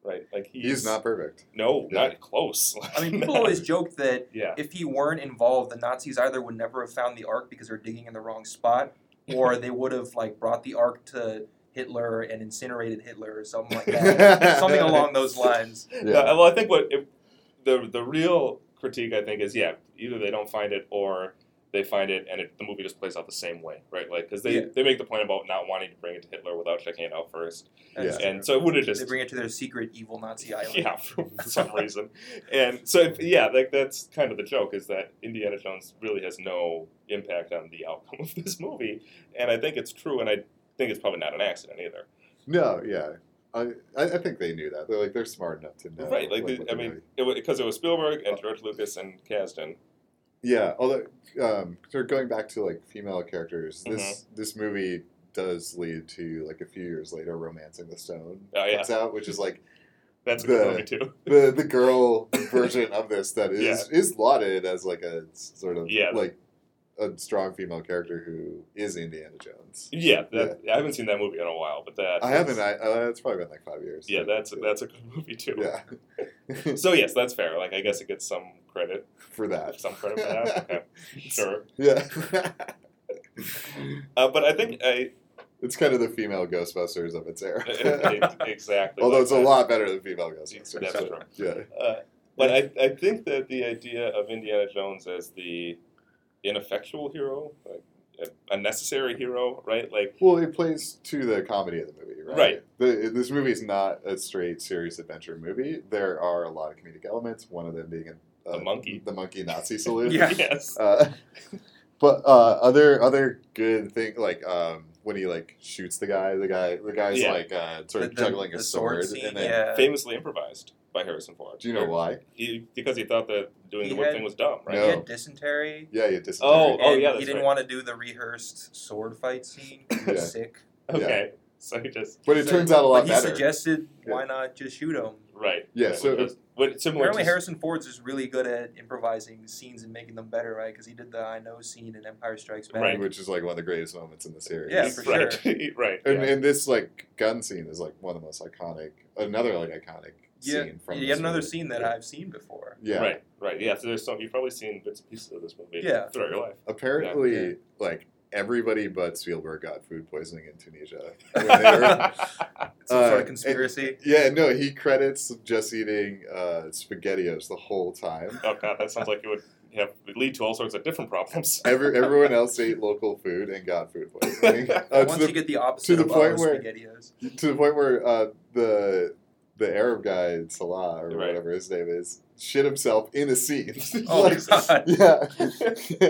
S2: right? Like he's,
S1: He's not
S3: [LAUGHS]
S1: perfect.
S2: no,
S1: Yeah.
S2: not close. [LAUGHS]
S3: I mean, people always joke that
S2: yeah.
S3: if he weren't involved, the Nazis either would never have found the Ark because they're digging in the wrong spot,
S2: [LAUGHS]
S3: or they would have like brought the Ark to Hitler and incinerated Hitler or
S2: [LAUGHS]
S3: something like
S1: [LAUGHS]
S3: that, something along those lines.
S1: Yeah.
S2: Uh, well, I think what if, the the real critique I think is yeah, either they don't find it or they find it and it, the movie just plays out the same way, right? Like because they,
S3: Yeah.
S2: they make the point about not wanting to bring it to Hitler without checking it out first,
S3: That's
S1: Yeah.
S3: true.
S2: and so it would have
S3: they
S2: just
S3: bring it to their secret evil Nazi
S2: [LAUGHS]
S3: island.
S2: yeah for some reason, and so if, yeah, like that's kind of the joke is that Indiana Jones really has no impact on the outcome of this movie, and I think it's true, and I think it's probably not an accident either.
S1: No, yeah. I, I I think they knew that. They're like they're smart enough to know.
S2: right, like,
S1: what
S2: the, I
S1: they're
S2: mean,
S1: doing.
S2: because it, was Spielberg and George Lucas and Kasdan.
S1: Yeah, although um, so going back to like female characters, this
S2: Mm-hmm.
S1: this movie does lead to like a few years later, "Romancing the Stone"
S2: Oh, yeah.
S1: comes out, which is like
S2: That's a good
S1: The-
S2: movie too.
S1: the the girl version of this that is
S2: Yeah.
S1: is lauded as like a sort of
S2: Yeah.
S1: like a strong female character who is Indiana Jones.
S2: Yeah, that, I haven't seen that movie in a while, but that
S1: I haven't. I, uh, it's probably been like five years.
S2: yeah, that's that's a good [LAUGHS] movie too.
S1: yeah [LAUGHS]
S2: So yes, that's fair. Like I guess it gets some credit,
S1: for that.
S2: some credit for that. Okay, sure.
S1: [LAUGHS] Yeah,
S2: Uh, but I think I [LAUGHS]
S1: it's kind of the female Ghostbusters of its era. [LAUGHS]
S2: exactly.
S1: Although
S2: like
S1: it's a
S2: that.
S1: lot better than female Ghostbusters.
S2: That's
S1: but-
S2: true.
S1: Yeah.
S2: Uh, but I, I think that the idea of Indiana Jones as the ineffectual hero, like a unnecessary hero, right? Like [LAUGHS]
S1: Well, it plays to the comedy of the movie, right?
S2: Right.
S1: The, this movie is not a straight serious adventure movie. There are a lot of comedic elements. One of them being a,
S2: The monkey.
S1: the monkey Nazi salute.
S3: Yeah.
S2: yes,
S1: [LAUGHS] Uh, but uh, other other good thing like um, when he like shoots the guy, the guy the guy's
S2: Yeah.
S1: like uh,
S3: The-
S1: sort of
S3: the-
S1: juggling
S3: the
S1: his sword,
S3: scene,
S1: and then
S3: yeah.
S2: famously improvised by Harrison Ford.
S1: Uh, do you know why?
S2: He, because he thought that doing
S3: He
S2: the whip
S3: had-
S2: thing was dumb, right?
S3: He
S1: No.
S3: had dysentery.
S1: Yeah, you just
S2: Oh,
S3: and
S2: yeah,
S3: he
S2: that's
S3: didn't
S2: right.
S3: want to do the rehearsed sword fight scene. He
S1: [COUGHS]
S3: was
S1: Yeah.
S3: sick.
S2: Okay, so he just
S1: but it
S3: So,
S1: turns out a lot
S3: but he
S1: better.
S3: suggested, why not just shoot him?
S2: Right.
S1: Yeah,
S2: That
S1: so
S2: was- What similar?
S3: Apparently,
S2: to,
S3: Harrison Ford's is really good at improvising scenes and making them better, right? Because he did the "I know" scene in Empire Strikes Back.
S2: Right.
S1: which is like one of the greatest moments in the series.
S3: Yeah, for
S2: right, [LAUGHS] right.
S1: And,
S2: yeah.
S1: and this like gun scene is like one of the most iconic, another like iconic
S3: Yeah,
S1: scene from.
S3: yet
S1: this
S3: another
S1: movie.
S3: scene that I've seen before.
S1: Yeah,
S2: Right, right. Yeah, so there's some you've probably seen bits and pieces of this movie
S3: Yeah.
S2: throughout your life.
S1: Apparently,
S3: Yeah.
S1: like everybody but Spielberg got food poisoning in Tunisia. when they
S3: [LAUGHS]
S1: were-
S3: It's some
S1: Uh,
S3: sort of
S1: and-
S3: conspiracy.
S1: yeah, no, he credits just eating uh, spaghettios the whole time.
S2: [LAUGHS] oh god, that sounds like it would have would lead to all sorts of different problems.
S1: [LAUGHS] Every, everyone else ate local food and got food
S3: [LAUGHS]
S1: poisoning. Uh,
S3: Once
S1: to,
S3: you
S1: the,
S3: get the opposite
S1: the
S3: of
S1: point
S3: Bob's
S1: where- [LAUGHS]
S3: SpaghettiOs.
S1: to the point where uh, the the Arab guy Salah or
S2: Right.
S1: whatever his name is shit himself in a scene. [LAUGHS]
S3: Oh
S1: Like,
S3: God!
S1: yeah,
S3: [LAUGHS]
S1: [LAUGHS]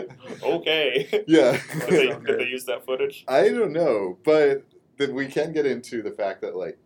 S2: okay. Did
S1: yeah.
S2: they,
S3: Okay.
S2: did they use that footage?
S1: I don't know, but then we can get into the fact that like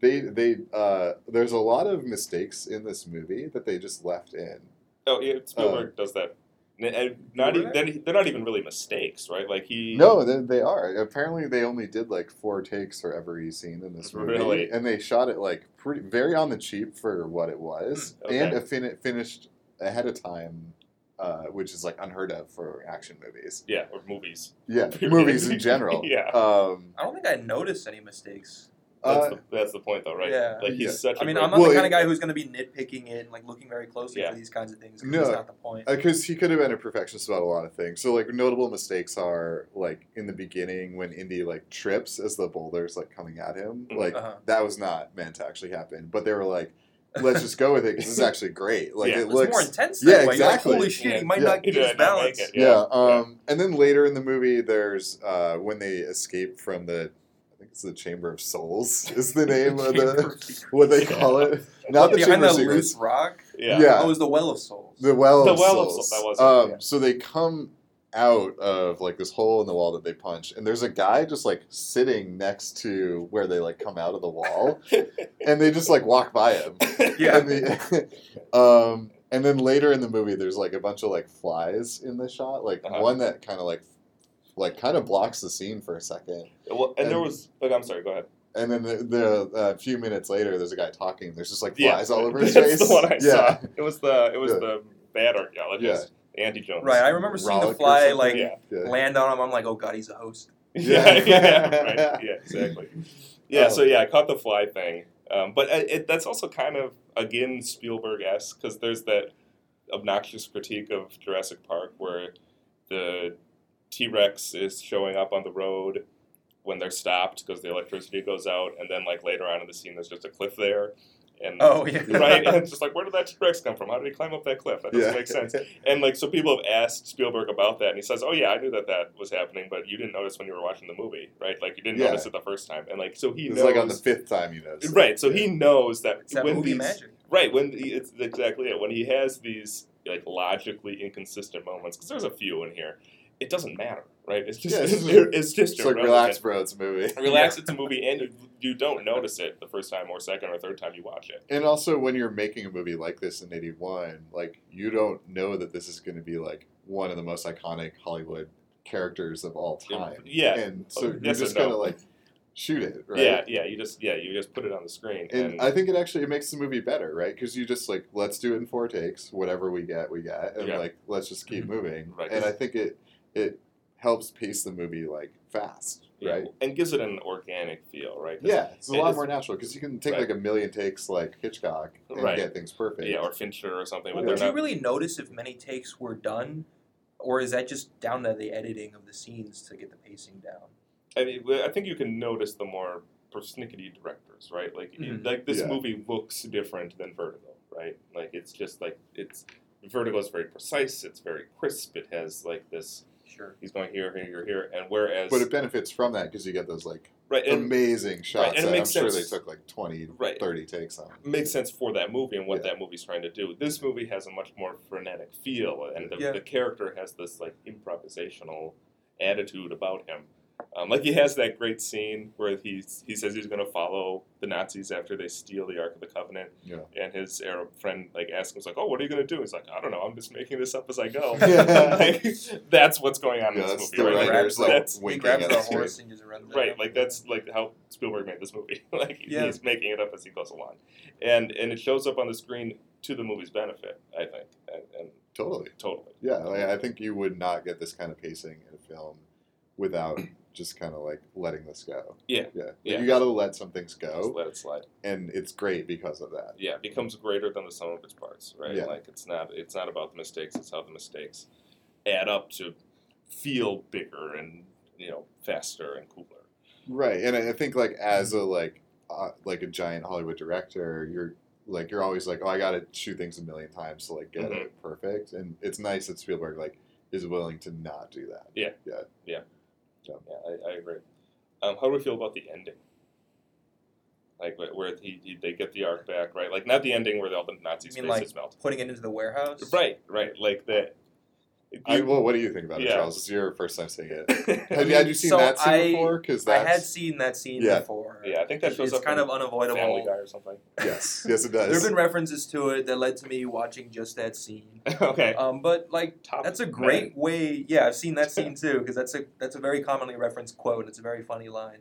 S1: they they uh, there's a lot of mistakes in this movie that they just left in.
S2: Oh yeah, Spielberg
S1: Uh,
S2: does that. N- and Not even,
S3: Really?
S2: then he- they're not even really mistakes, right? Like he
S1: No, they, they are. Apparently, they only did like four takes for every scene in this movie,
S2: Really?
S1: and they shot it like pretty very on the cheap for what it was,
S2: [CLEARS THROAT] Okay.
S1: and a fin- finished ahead of time. Uh, which is like unheard of for action movies.
S2: yeah, or movies. [LAUGHS]
S1: Yeah, movies in general.
S2: Yeah.
S1: Um,
S3: I don't think I noticed any mistakes.
S2: That's,
S1: uh,
S2: the, that's the point, though, right?
S3: Yeah.
S2: Like he's
S1: Yeah.
S2: such.
S3: I mean,
S2: a
S3: I'm
S2: great,
S3: not
S1: Well,
S3: the kind
S1: it-
S3: of guy who's going to be nitpicking it and like looking very closely
S2: Yeah.
S3: for these kinds of things. 'cause
S1: No.
S3: that's not the point.
S1: because Uh, he could have been a perfectionist about a lot of things. So like notable mistakes are like in the beginning when Indy like trips as the boulders like coming at him.
S2: Mhm.
S1: Like
S3: Uh-huh.
S1: that was not meant to actually happen, but they were like, let's just go with it because
S3: [LAUGHS]
S1: it's actually great. Like
S2: Yeah.
S1: it
S3: It's
S1: looks.
S3: more intense.
S1: yeah,
S3: that way. You're like,
S1: exactly.
S3: Holy shit!
S2: Yeah.
S3: He might
S1: Yeah.
S3: not
S2: He
S3: get his
S1: [LAUGHS]
S2: did not make
S3: balance. [LAUGHS]
S2: it.
S1: yeah,
S2: yeah.
S1: um, and then later in the movie, there's uh, when they escape from the, I think it's the Chamber of Souls [LAUGHS] is the name of the what they call it. Not the
S3: behind
S1: Chamber
S3: the
S1: of Secrets.
S3: loose rock.
S2: yeah.
S1: yeah.
S3: Oh, it was the Well of Souls.
S1: The well,
S2: The
S1: of
S2: well of
S1: souls.
S2: souls, that was
S1: Um,
S2: it, yeah.
S1: So they come out of like this hole in the wall that they punch, and there's a guy just like sitting next to where they like come out of the
S2: [LAUGHS]
S1: wall, and they just like walk by him.
S3: yeah.
S1: And, the, [LAUGHS] um, and then later in the movie, there's like a bunch of like flies in the shot, like
S2: Uh-huh.
S1: one that kind of like like kind of blocks the scene for a second.
S2: Well, and there was. Like, I'm sorry. Go ahead.
S1: And then the, the uh, few minutes later, there's a guy talking. and There's just like
S2: Mm-hmm. Yeah.
S1: flies all
S2: [LAUGHS]
S1: over his
S2: That's
S1: face.
S2: the one I
S1: yeah,
S2: saw. It was the. It was
S1: Yeah.
S2: the bad archaeologist, Andy Jones.
S3: Right. I remember seeing
S1: Rollick
S3: the
S1: or
S3: fly
S1: something.
S3: like
S1: [LAUGHS]
S2: yeah. Mm.
S1: yeah.
S3: land on him. I'm like, oh god, he's a host.
S2: Yeah.
S1: Yeah.
S2: yeah. Right. Yeah. Exactly. Yeah.
S1: Oh.
S2: So yeah, I caught the fly thing. Um, but it, it, that's also kind of again Spielberg-esque because there's that obnoxious critique of Jurassic Park where the T Rex is showing up on the road when they're stopped because the electricity goes out, and then like later on in the scene, there's just a cliff there, and
S3: Oh
S1: [LAUGHS]
S3: yeah.
S2: right, and it's just like where did that T Rex come from? How did he climb up that cliff? That doesn't
S1: Yeah.
S2: make sense. And like so, people have asked Spielberg about that, and he says, "Oh yeah, I knew that that was happening, but you didn't notice when you were watching the movie, right? Like you didn't
S1: Yeah.
S2: notice it the first time, and like so he
S1: It's
S2: knows
S1: like on the fifth time you notice. it.
S2: right, so he
S1: Yeah.
S2: knows that
S3: [LAUGHS] It's that
S2: when
S3: movie
S2: these
S3: magic.
S2: Right when the, it's exactly it. When he has these like logically inconsistent moments, because there's a few in here, it doesn't matter, right? It's just
S1: Yeah, it's
S2: it's,
S1: just-
S2: it's just
S1: It's like
S2: irrelevant.
S1: relax, bro. It's a movie. [LAUGHS]
S2: Relax, It's a movie, and you, you don't notice it the first time or second or third time you watch it.
S1: And also, when you're making a movie like this in '81, like you don't know that this is going to be like one of the most iconic Hollywood characters of all time.
S2: Yeah, Oh,
S1: And so you're
S2: Yes or
S1: just gonna
S2: no?
S1: like shoot it, right?
S2: yeah, yeah. You just yeah, you just put it on the screen,
S1: And I think it actually it makes the movie better, right? Because you just like let's do it in four takes. Whatever we get, we get, and
S2: Yeah. Mm-hmm.
S1: like let's just keep moving.
S2: Right.
S1: And I think it it helps pace the movie like fast,
S2: yeah,
S1: right?
S2: and gives it an organic feel, right? 'Cause-
S1: Yeah, it's a
S2: It
S1: lot
S2: is-
S1: more natural because you can take
S2: Right.
S1: like a million takes, like Hitchcock, and
S2: Right.
S1: get things perfect.
S2: yeah, or Fincher or something, but
S1: Well,
S2: they're
S3: Would you
S2: not.
S3: really notice if many takes were done, or is that just down to the editing of the scenes to get the pacing down?
S2: I mean, well, I think you can notice the more persnickety directors, right? Like, you-
S3: Mhm.
S2: like this
S1: Yeah.
S2: movie looks different than Vertigo, right? Like, it's just like it's Vertigo is very precise. It's very crisp. It has like this.
S3: Sure.
S2: He's going here, here, here, here, and whereas
S1: but it benefits from that because you get those like
S2: right, and
S1: amazing shots.
S2: and it
S1: that
S2: makes
S1: I'm sure
S2: sense.
S1: they took like 20,
S2: Right.
S1: 30 takes on.
S2: makes sense for that movie and what
S1: Yeah.
S2: that movie's trying to do. This movie has a much more frenetic feel, and the,
S3: Yeah.
S2: the character has this like improvisational attitude about him. Um, like he has that great scene where he's, he says he's going to follow the Nazis after they steal the Ark of the Covenant,
S1: Yeah.
S2: and his Arab friend like asks him, he's like, "Oh, what are you going to do?" He's like, "I don't know. I'm just making this up as
S1: [LAUGHS]
S2: I go." [LAUGHS] like, that's what's going on
S1: Yeah,
S2: in
S1: that's
S2: this
S1: the
S2: movie, right? Like,
S1: writers
S3: Grabs
S1: like
S2: that's-
S3: He
S1: winking
S3: grabs
S1: at
S3: the
S1: us,
S3: horse and just runs. it
S2: right
S3: up.
S2: like that's like how spielberg made this movie [LAUGHS] like
S3: Yeah.
S2: he's making it up as he goes along and and it shows up on the screen to the movie's benefit. I think, and, and
S1: Totally.
S2: totally.
S1: Yeah, like, I think you would not get this kind of pacing in a film
S2: [CLEARS THROAT]
S1: without just kind of like letting this go.
S2: Yeah.
S1: Yeah. Like,
S2: Yeah.
S1: You got to let some things
S2: Just
S1: go,
S2: let it slide.
S1: and it's great because of that.
S2: Yeah, it becomes greater than the sum of its parts, right?
S1: Yeah.
S2: Like it's not it's not about the mistakes; it's how the mistakes add up to feel bigger and you know faster and cooler.
S1: Right. And I I think like as a like uh, like a giant Hollywood director, you're like you're always like, oh, I got to shoot things a million times to like get it perfect. And it's nice that Spielberg like is willing to not do that.
S2: Yeah, I, I agree. Um, how do we feel about the ending? Like where, where he, he they get the arc back, right? Like not the ending where all the Nazis'
S3: You
S2: faces
S3: mean,
S2: melt.
S3: Putting it into the warehouse.
S2: Right, right. Like that.
S1: I, well, what do you think about it,
S2: Yeah.
S1: Charles? It's your first time seeing
S2: [COUGHS]
S1: it.
S2: [LAUGHS] yeah,
S1: Have you, had you seen
S3: So
S1: that scene
S3: I-
S1: before? Because
S3: I had
S1: that's
S3: seen that scene
S1: Yeah.
S3: before.
S2: I think that shows
S3: It's
S2: up.
S3: kind
S2: in
S3: of unavoidable.
S2: Family Guy or something. [LAUGHS]
S1: yes, yes, it
S3: There have
S1: does.
S3: been references to it that led to me watching just
S2: [LAUGHS]
S3: that scene.
S2: okay.
S3: Um, but like
S2: Top
S3: that's a
S2: nine.
S3: great way. Yeah, I've seen that scene too because that's a that's a very commonly referenced quote. and It's a very funny line,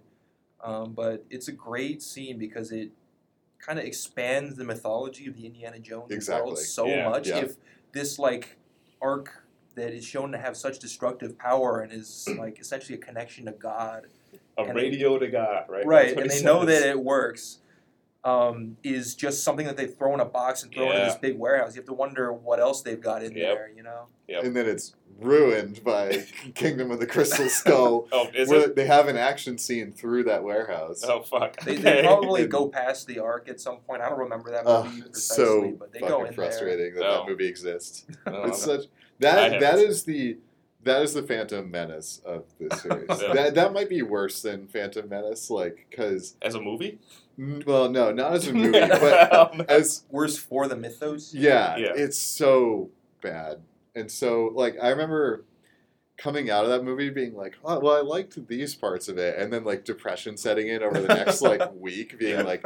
S3: um, but it's a great scene because it kind of expands the mythology of the Indiana Jones
S1: Exactly.
S3: world so
S2: Yeah.
S3: much.
S1: Yeah.
S3: If this like arc that is shown to have such destructive power
S1: [CLEARS THROAT]
S3: and is like essentially a connection to God,
S2: A
S3: and-
S2: radio to God, right? That's
S3: right?
S2: what
S3: And
S2: he
S3: they know
S2: says.
S3: that it works. Um, is just something that they throw in a box and throw into
S2: Yeah.
S3: this big warehouse. You have to wonder what else they've got in
S2: Yep.
S3: there, you know?
S1: and then it's ruined by Kingdom of the Crystal Skull.
S2: [LAUGHS] Oh, is
S1: where
S2: it?
S1: They have an action scene through that warehouse.
S2: Oh fuck.
S3: They,
S2: okay. [LAUGHS]
S3: they probably
S1: And-
S3: go past the arc at some point. I don't remember that
S1: Ugh,
S3: movie
S1: it's
S3: precisely,
S1: so
S3: but they go
S1: fucking
S3: in there.
S1: frustrating that
S2: No.
S1: that movie exists.
S2: No,
S1: It's
S2: no.
S1: such
S2: I
S1: that
S2: haven't
S1: that
S2: seen
S1: is the that is the Phantom Menace of
S2: [LAUGHS]
S1: this series.
S2: Yeah.
S1: That that might be worse than Phantom Menace, like because
S2: As a movie? Um,
S1: well, no, not
S2: [LAUGHS]
S1: as [LAUGHS] a movie, but as
S3: Worse for the mythos.
S1: Yeah,
S2: Yeah.
S1: it's so bad. And so, like, I remember coming out of that movie being like, oh, well, I liked these parts of it. And then, like, depression setting in over the next, like,
S2: [LAUGHS]
S1: week, being
S2: Yeah.
S1: like,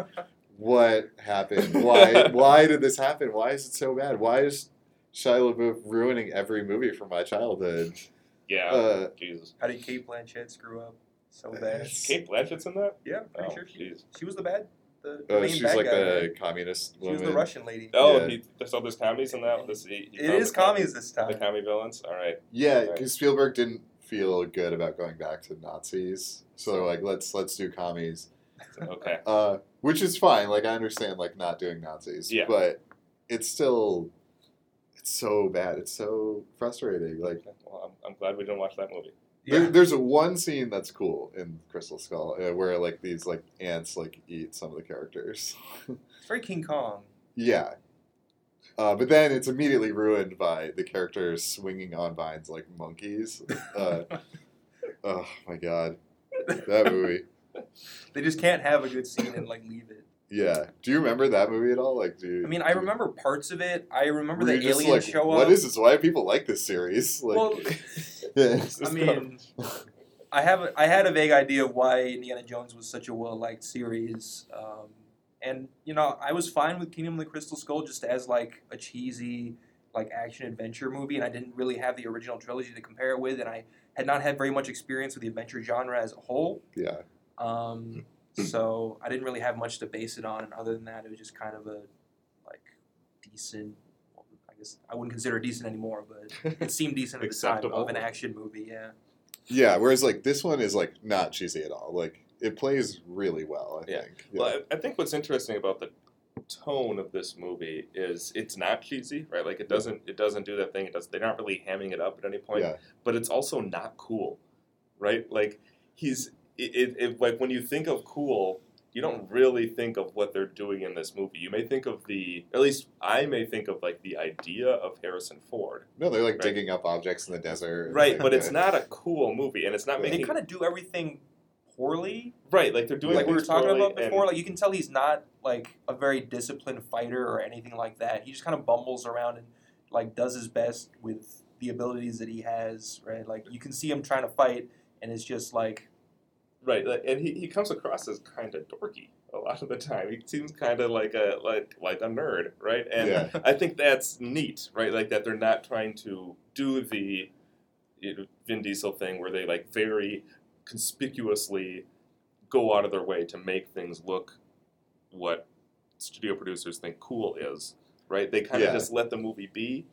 S1: what happened?
S2: [LAUGHS]
S1: Why Why did this happen? Why is it so bad? Why is Shia LaBeouf ruining every movie from my
S3: [LAUGHS]
S1: childhood?
S2: yeah.
S1: Uh,
S2: Jesus.
S3: How did Kate Blanchett screw up so bad?
S1: It's-
S2: Kate Blanchett's in that?
S3: Yeah, pretty
S2: Oh,
S3: sure she,
S2: jeez.
S3: she was the bad. The the
S1: Oh,
S3: main
S1: she's
S3: bad
S1: like
S3: guy,
S1: the
S3: right?
S1: communist
S3: She was
S1: woman.
S3: the Russian lady.
S2: Oh,
S1: Yeah.
S2: he, there's all there's commies in that. This, he, he
S3: it
S2: found
S3: is
S2: the commie-
S3: commies this time.
S2: The commie villains. All right.
S1: Yeah,
S2: Right.
S1: because Spielberg didn't feel good about going back to Nazis, so they're like, let's let's do commies.
S2: Okay. [LAUGHS]
S1: uh, which is fine. Like I understand, like not doing Nazis,
S2: Yeah.
S1: but it's still it's so bad. It's so frustrating. Like
S2: Well, I'm, I'm glad we didn't watch that movie.
S1: there, [LAUGHS]
S3: Yeah.
S1: there's a one scene that's cool in Crystal Skull uh, where like these like ants like eat some of the characters.
S3: It's very King Kong.
S1: yeah. Uh, but then it's immediately ruined by the characters swinging on vines like monkeys. Uh,
S3: [LAUGHS]
S1: oh my god, that movie!
S3: They just can't have a good scene and like leave it.
S1: Yeah, do you remember that movie at all? Like, do you,
S3: I mean, I
S1: do you-
S3: remember parts of it. I remember
S1: Were
S3: the
S1: you just
S3: aliens
S1: like,
S3: show up.
S1: What is this? Why do people like this series? [LAUGHS] Like,
S3: well, I mean, I have a, I had a vague idea of why Indiana Jones was such a well liked series, um, and you know I was fine with Kingdom of the Crystal Skull just as like a cheesy like action adventure movie, and I didn't really have the original trilogy to compare it with, and I had not had very much experience with the adventure genre as a whole,
S1: yeah,
S3: um,
S2: Hmm.
S3: so I didn't really have much to base it on. And other than that, it was just kind of a like decent. well, I guess I wouldn't consider it decent anymore, but
S2: [LAUGHS]
S3: it seemed decent at the time
S2: Acceptable.
S3: of an action movie. Yeah.
S1: yeah. Whereas like this one is like not cheesy at all. Like it plays really well. I
S2: Yeah.
S1: think. Yeah.
S2: Well, I, I think what's interesting about the tone of this movie is it's not cheesy, right? Like it doesn't it doesn't do that thing. It does. They're not really hamming it up at any point.
S1: Yeah.
S2: But it's also not cool, right? Like he's it, it, it like when you think of cool. You don't really think of what they're doing in this movie. You may think of the, at least I may think of like the idea of Harrison Ford,
S1: No, they're like
S2: Right.
S1: digging up objects in the desert. and,
S2: right?
S1: like,
S2: But it's
S1: uh,
S2: not a cool movie, and it's not
S1: Yeah.
S3: they
S2: making
S3: kind of do everything poorly
S2: right. Like they're doing
S1: Yeah.
S3: like we were
S2: things
S3: talking
S2: poorly,
S3: about before
S2: and-
S3: like you can tell he's not like a very disciplined fighter or anything like that he just kind of bumbles around and like does his best with the abilities that he has right like you can see him trying to fight and it's just like
S2: Right, like, and he, he comes across as kind of dorky a lot of the time. He seems kind of like a like like a nerd, right? And
S1: Yeah.
S2: I think that's neat, right? Like that they're not trying to do the you know, Vin Diesel thing where they like very conspicuously go out of their way to make things look what studio producers think cool is. right? They kind of
S1: Yeah.
S2: just let the movie be,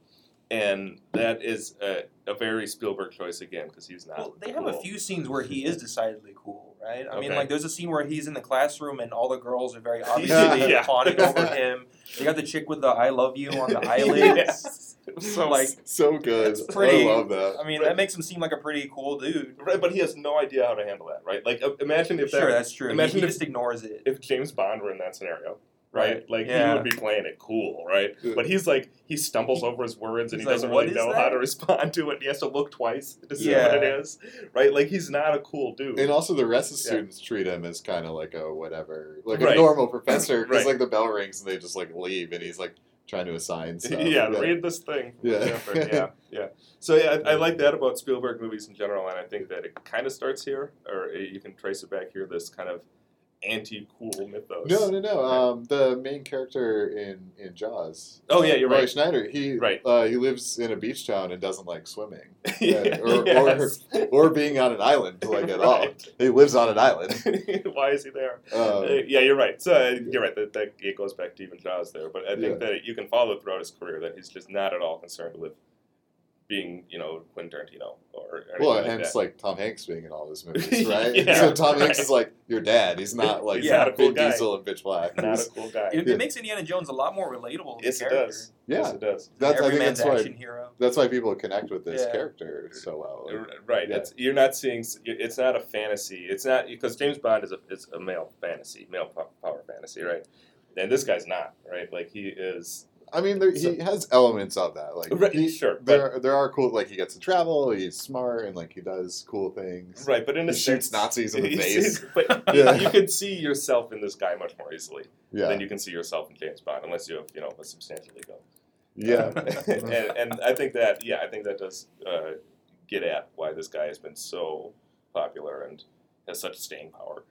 S2: and that is a, a very Spielberg choice again because he's not.
S3: Well, they have a
S2: cool.
S3: few scenes where he is decidedly cool, right? I mean,
S2: Okay.
S3: like there's a scene where he's in the classroom and all the girls are very obviously
S2: Yeah.
S3: fawning over him. They got the chick with the "I love you"
S2: [LAUGHS]
S3: on the [LAUGHS] eyelids.
S2: Yes.
S3: So like,
S1: So good.
S3: It's pretty-
S1: I love that.
S3: I mean,
S2: Right.
S3: that makes him seem like a pretty cool dude.
S2: Right, but he has no idea how to handle that, right? Like, uh, imagine if
S3: sure,
S2: that,
S3: that's true.
S2: imagine
S3: Imagine he
S2: if-
S3: just ignores it.
S2: if James Bond were in that scenario, right?
S3: Right.
S2: Like, he
S3: Yeah.
S2: would be playing it cool, right?
S1: Yeah.
S2: But he's like, he stumbles over his words and he
S3: He's like,
S2: doesn't
S3: "What
S2: really
S3: is
S2: know how
S3: that?"
S2: to respond to it. He has to look twice to see
S3: Yeah.
S2: what it is, right? Like, he's not a cool dude. [LAUGHS]
S1: And also, the rest of the
S2: Yeah.
S1: students treat him as kind of like a whatever, like
S2: Right.
S1: a normal
S3: [LAUGHS]
S1: professor. Because
S2: Right.
S1: like the bell rings and they just like leave, and he's like trying to
S3: [LAUGHS]
S1: assign stuff.
S2: yeah, read this thing.
S1: Yeah. [LAUGHS]
S2: Different, yeah, yeah. So yeah, I, I like that about Spielberg movies in general, and I think that it kind of starts here, or uh, you can trace it back here. This kind of anti-cool mythos.
S1: No, no, no. Um, the main character in in Jaws.
S2: Oh, yeah, you're
S1: Roy
S2: right.
S1: Schneider. He
S2: Right.
S1: uh, he lives in a beach town and doesn't like swimming
S2: Yeah,
S1: or- or-
S2: [LAUGHS] yes. [LAUGHS]
S1: or being on an island like at all.
S2: Right.
S1: He lives on an
S2: [LAUGHS]
S1: island.
S2: Why is he there? Uh,
S1: Um,
S2: yeah, you're right. So uh, you're right. That, that it goes back to even Jaws there, but I think
S1: Yeah.
S2: that you can follow throughout his career that he's just not at all concerned with being, you know, Quentin Tarantino or anything
S1: well,
S2: like that.
S1: hence like Tom Hanks being in all his
S2: [LAUGHS]
S1: movies, right?
S2: Yeah,
S1: so Tom Hanks
S2: right.
S1: is like your dad. He's not like
S2: He's not a cool
S1: Vin
S2: guy.
S1: Diesel and Bitch Black.
S2: not a cool guy.
S3: It,
S1: Yeah.
S3: it makes Indiana Jones a lot more relatable. As
S2: Yes,
S3: a
S2: it
S3: character.
S2: does.
S1: yeah,
S2: Yes, it does.
S1: that's I
S3: Every
S1: think
S3: man's
S1: that's why
S3: action hero.
S1: that's why people connect with this
S3: Yeah.
S1: character so well.
S2: R- Right.
S1: Yeah.
S2: It's, you're not seeing. It's not a fantasy. It's not because James Bond is a is a male fantasy, male po- power fantasy, right? And this guy's not, right? Like he is.
S1: I mean, there, he
S2: So-
S1: has elements of that. Like
S2: Right,
S1: he-
S2: sure,
S1: there there are cool like he gets to travel. He's smart and like he does cool things.
S2: Right, but in a
S1: He shoots
S2: sense-
S1: Nazis
S2: [LAUGHS]
S1: in the
S2: He's-
S1: face. [LAUGHS]
S2: But you-
S1: Yeah.
S2: you can see yourself in this guy much more easily
S1: Yeah,
S2: than you can see yourself in James Bond, unless you have you know a substantial ego.
S1: [LAUGHS] yeah.
S2: [LAUGHS] and, and I think that yeah, I think that does uh, get at why this guy has been so popular and has such staying power,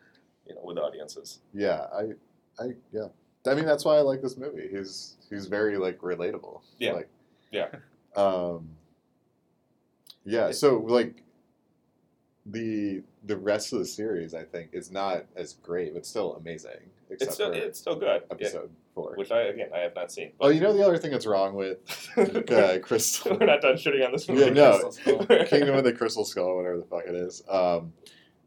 S2: you know, with audiences.
S1: [LAUGHS] Yeah, I, I, yeah. I mean, that's why I like this movie. He's he's very like relatable.
S2: Yeah.
S1: Like,
S2: Yeah.
S1: Um. Yeah. So like, the the rest of the series, I think, is not as great, but still amazing. Except
S2: It's still
S1: for
S2: it's still good. Yeah.
S1: episode four.
S2: which I again I have not seen. [LAUGHS]
S1: oh, you know the other thing that's wrong with uh, Crystal
S2: we're not done shooting on this one.
S1: Yeah, no.
S3: Crystal Skull.
S1: Kingdom of the Crystal Skull, whatever the fuck it is. Um,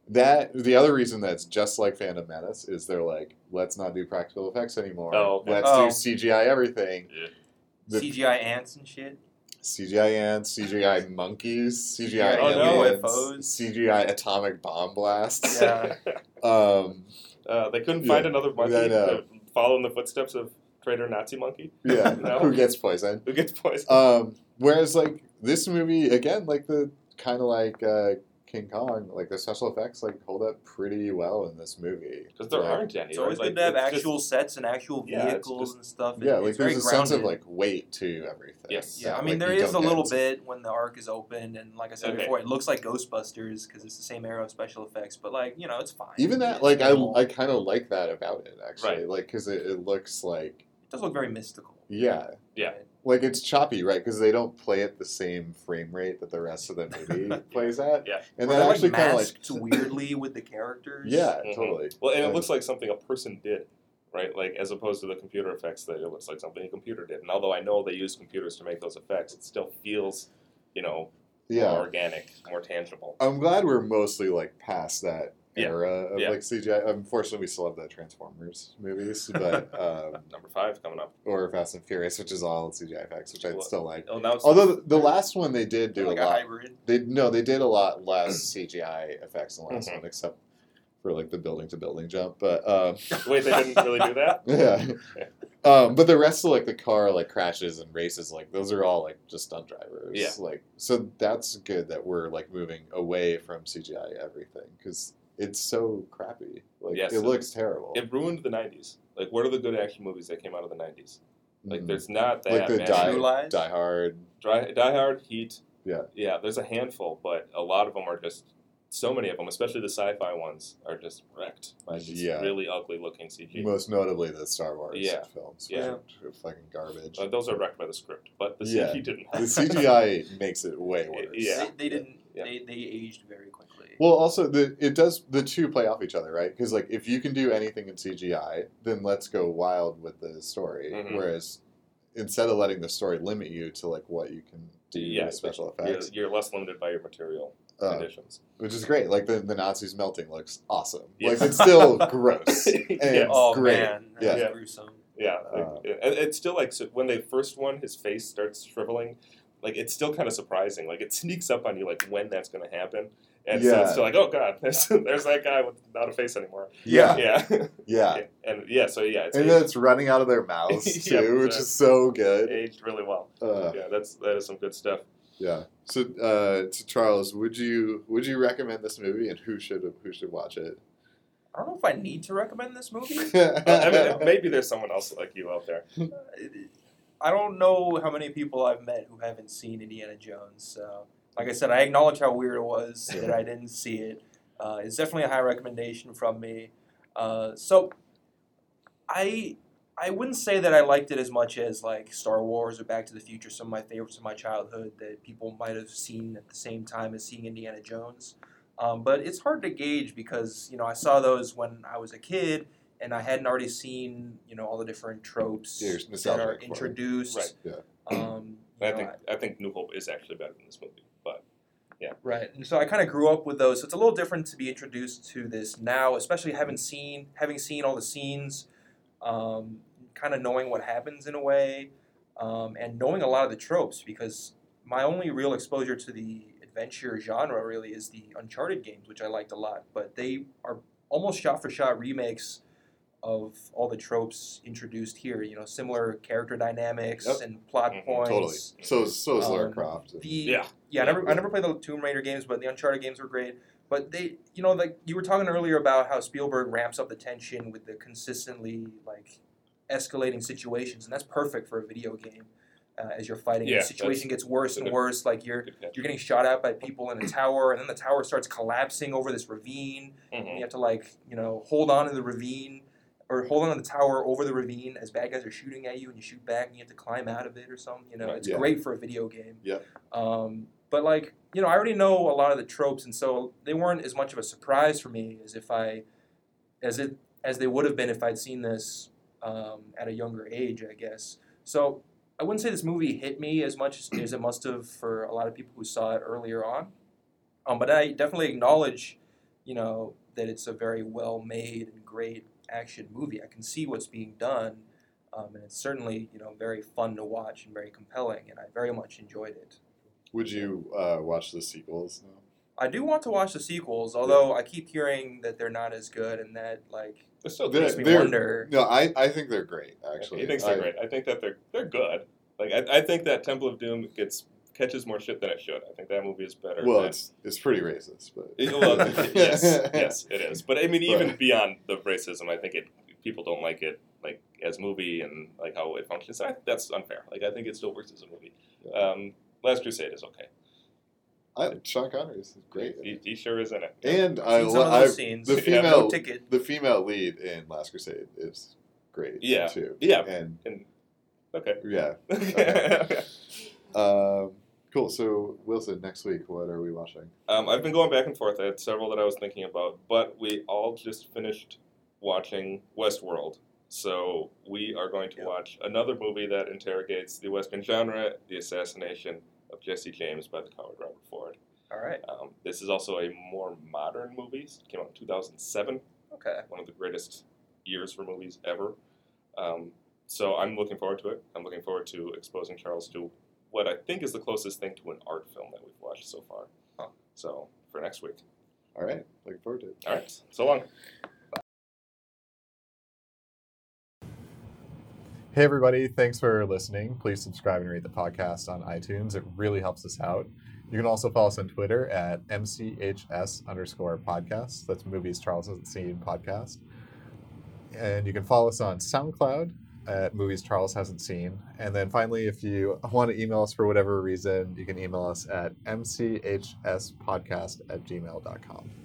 S1: that the other reason that's just like Phantom Menace is they're like, let's not do practical effects anymore.
S2: Oh, okay.
S1: Let's
S3: Oh.
S1: do CGI everything.
S2: Yeah.
S1: The
S3: CGI ants and shit.
S1: CGI ants, CGI monkeys, CGI
S2: Oh, no,
S1: aliens,
S3: UFOs.
S1: CGI atomic bomb blasts.
S3: Yeah.
S1: [LAUGHS] Um,
S2: uh, they couldn't
S1: Yeah.
S2: find another monkey
S1: I know.
S2: to follow in the footsteps of traitor Nazi monkey
S1: yeah.
S2: No.
S1: Who gets poisoned?
S2: who gets poisoned.
S1: Um, whereas like this movie again, like the kind of like uh, King Kong, like the special effects like hold up pretty well in this movie.
S2: Because there
S1: Like,
S2: aren't any.
S3: It's always
S2: right?
S3: good to have
S2: it's just-
S3: actual sets and actual
S2: Yeah, it's
S3: vehicles
S2: just-
S3: and stuff. It-
S1: Yeah,
S3: it's
S1: like
S3: very
S1: there's a sense of
S3: grounded.
S1: like weight to everything.
S2: Yes.
S3: Yeah, I
S1: that,
S3: mean,
S1: like,
S3: there
S1: you
S3: is a
S1: don't get-
S3: little bit when the arc is open, and like I said
S2: Okay.
S3: before, it looks like Ghostbusters because it's the same era of special effects. But like, you know, it's fine.
S1: Even that,
S3: It's
S1: like, I,
S3: minimal.
S1: I kind of like that about it actually,
S2: Right.
S1: like, because it, it looks like,
S3: it does look very mystical.
S1: yeah,
S2: Yeah.
S1: like it's choppy, right? Because they don't play at the same frame rate that the rest
S3: [LAUGHS]
S1: of the movie plays at,
S2: Yeah.
S1: and
S3: Where
S1: that
S3: they're,
S1: actually
S3: like, Mm-hmm.
S1: kind of like,
S3: masked weirdly with the characters.
S1: yeah,
S2: Mhm.
S1: totally.
S2: Well, and it
S1: Yeah.
S2: looks like something a person did, right? Like as opposed to the computer effects that it looks like something a computer did. And although I know they use computers to make those effects, it still feels, you know,
S1: Yeah,
S2: more organic, more tangible.
S1: I'm glad we're mostly like past that
S2: Yeah.
S1: era of
S2: Yeah.
S1: like CGI. Unfortunately, we still have the Transformers movies,
S3: [LAUGHS]
S1: but um,
S2: Number five coming up.
S1: or Fast and Furious, which is all CGI effects, which I
S2: Well,
S1: still like.
S2: Oh, now it's
S1: Although the, the last one they did do
S3: like
S1: a
S3: a
S1: lot.
S3: hybrid.
S1: They no, they did a lot
S2: [CLEARS THROAT]
S1: less CGI effects in the last
S2: Mhm.
S1: one, except for like the building to building jump. But um, [LAUGHS]
S2: wait, they didn't really do that. [LAUGHS]
S1: yeah, um, but the rest of like the car like crashes and races, like those are all like just stunt drivers.
S2: Yeah.
S1: Like so that's good that we're like moving away from CGI everything because it's so crappy. Like
S2: Yes,
S1: it
S2: it-
S1: looks terrible.
S2: It ruined the '90s. Like, what are the good action movies that came out of the '90s? Like,
S1: Mhm.
S2: there's not that.
S1: Like the
S2: man.
S1: Die-
S3: True Lies.
S1: Die Hard.
S2: Dry, Die Hard, Heat.
S1: Yeah.
S2: Yeah, there's a handful, but a lot of them are just so many of them, especially the sci-fi ones, are just wrecked by these
S1: Yeah.
S2: really ugly looking CG.
S1: Most notably the Star Wars
S2: Yeah.
S1: films,
S2: Yeah.
S1: which are fucking garbage.
S2: Uh, those are wrecked by the script, but the
S1: Yeah.
S2: CG didn't. [LAUGHS]
S1: The CGI makes it way worse.
S2: Yeah.
S3: They, they didn't.
S2: Yeah.
S3: They, they aged very quickly.
S1: Well, also the it does the two play off each other, right? Because like if you can do anything in CGI, then let's go wild with the story.
S2: Mhm.
S1: Whereas instead of letting the story limit you to like what you can do
S2: Yeah,
S1: with special
S2: You're,
S1: effects,
S2: you're less limited by your material
S1: uh, [LAUGHS]
S2: conditions.
S1: which is great. Like the, the Nazis melting looks awesome. Like
S2: Yeah.
S1: it's
S2: [LAUGHS]
S1: still gross.
S2: yeah,
S1: It's
S3: oh
S1: great.
S3: man, that
S2: Yeah.
S3: was gruesome.
S2: yeah. like,
S1: Uh,
S2: it- and it's still like so when they first one, his face starts shriveling. Like it's still kind of surprising. Like it sneaks up on you, like when that's going to happen. And so
S1: Yeah.
S2: it's still like, oh god, [LAUGHS] there's, there's that guy with not a face anymore.
S1: Yeah,
S2: Yeah.
S1: yeah.
S2: and yeah, so yeah, it's
S1: And then
S2: aged,
S1: it's running out of their mouths too,
S2: [LAUGHS] Yeah,
S1: which is so good.
S2: aged really well.
S1: Uh,
S2: yeah, that's that is some
S1: [LAUGHS]
S2: good stuff.
S1: yeah. So, uh, to Charles, would you would you recommend this movie, and who should who should watch it?
S3: I don't know if I need to recommend this movie.
S2: Oh, I mean, [LAUGHS] maybe there's someone else like you out there.
S3: I don't know how many people I've met who haven't seen Indiana Jones. So, like I said, I acknowledge how weird it was that I didn't see it. Uh, it's definitely a high recommendation from me. Uh, so, I I wouldn't say that I liked it as much as like Star Wars or Back to the Future, some of my favorites of my childhood that people might have seen at the same time as seeing Indiana Jones. Um, but it's hard to gauge because you know I saw those when I was a kid and I hadn't already seen you know all the different tropes
S1: Yeah, you're
S3: that are
S1: nostalgic for it.
S3: introduced.
S2: Right.
S1: Yeah.
S3: Um, you
S2: I
S3: know,
S2: think I think New Hope is actually better than this movie, but
S3: Right. And so I kind of grew up with those. So it's a little different to be introduced to this now, especially having seen having seen all the scenes, um, kind of knowing what happens in a way, um, and knowing a lot of the tropes because my only real exposure to the adventure genre really is the Uncharted games, which I liked a lot, but they are almost shot for shot remakes of all the tropes introduced here. You know, similar character dynamics
S1: Yep.
S3: and plot
S2: Mhm,
S1: [LAUGHS]
S3: points.
S1: totally. So so is Lara
S3: Um,
S1: Croft.
S3: The
S2: yeah,
S3: yeah, I never, I never played the Tomb Raider games, but the Uncharted games were great. But they, you know, like you were talking earlier about how Spielberg ramps up the tension with the consistently like escalating situations, and that's perfect for a video game. Uh, as you're fighting,
S2: Yeah,
S3: the situation gets worse and
S2: that's a-
S3: worse. Like you're
S2: good catch.
S3: you're getting shot at by people in a tower, and then the tower starts collapsing over this ravine, and
S2: Mhm.
S3: you have to like you know hold on to the ravine or hold on to the tower over the ravine as bad guys are shooting at you and you shoot back and you have to climb out of it or something you know
S2: Right.
S3: it's
S1: Yeah.
S3: great for a video game
S1: Yeah.
S3: um, but like you know i already know a lot of the tropes and so they weren't as much of a surprise for me as if i as it as they would have been if i'd seen this um, at a younger age i guess so i wouldn't say this movie hit me as much as it must have for a lot of people who saw it earlier on um, but i definitely acknowledge you know that it's a very well made and great action movie. I can see what's being done, um, and it's certainly you know very fun to watch and very compelling, and I very much enjoyed it.
S1: Would you uh, watch the sequels? No.
S3: I do want to watch the sequels, although I keep hearing that they're not as good, and that like
S2: They're still
S1: They're-
S3: makes
S2: good.
S3: me
S1: they're-
S3: wonder.
S1: No, I, I think they're great actually.
S2: he thinks
S1: I-
S2: they're great. I think that they're they're good. Like I, I think that Temple of Doom gets catches more shit than it should. I think that movie is better.
S1: Well,
S2: than-
S1: it's it's pretty racist, but
S2: It- well,
S1: [LAUGHS]
S2: yes, yes, it is. But I mean, even beyond the racism, I think it people don't like it like as movie and like how it functions. I, that's unfair. Like I think it still works as a movie. Um, Last Crusade is okay.
S1: I, Sean Connery is great.
S2: He, he sure is in it.
S1: And I,
S3: I've seen some
S1: lo-
S3: of those
S1: I
S3: scenes.
S1: the
S2: [LAUGHS] Yeah,
S1: female
S3: no ticket.
S1: the female lead in Last Crusade is great.
S2: Yeah.
S1: too. [LAUGHS]
S2: Yeah. [LAUGHS]
S1: and
S2: And okay.
S1: yeah. Um, cool. So Wilson, next week, what are we watching?
S2: Um, I've been going back and forth. I had several that I was thinking about, but we all just finished watching Westworld. So we are going to
S3: Yeah.
S2: watch another movie that interrogates the Western genre, the assassination of Jesse James by the coward Robert Ford.
S3: All right.
S2: Um, this is also a more modern movie. It came out in 2007,
S3: Okay.
S2: one of the greatest years for movies ever. Um, so I'm looking forward to it. I'm looking forward to exposing Charles to what I think is the closest thing to an art film that we've watched so far.
S3: Huh.
S2: So for next week.
S1: All right, looking forward to it.
S2: All right. So long.
S1: Hey everybody, thanks for listening. Please subscribe and rate the podcast on iTunes. It really helps us out. You can also follow us on Twitter at MCHS underscore podcast. That's movies Charles hasn't seen podcast. And you can follow us on SoundCloud at movies Charles hasn't seen. And then finally, if you want to email us for whatever reason, you can email us at mchspodcast at gmail.com.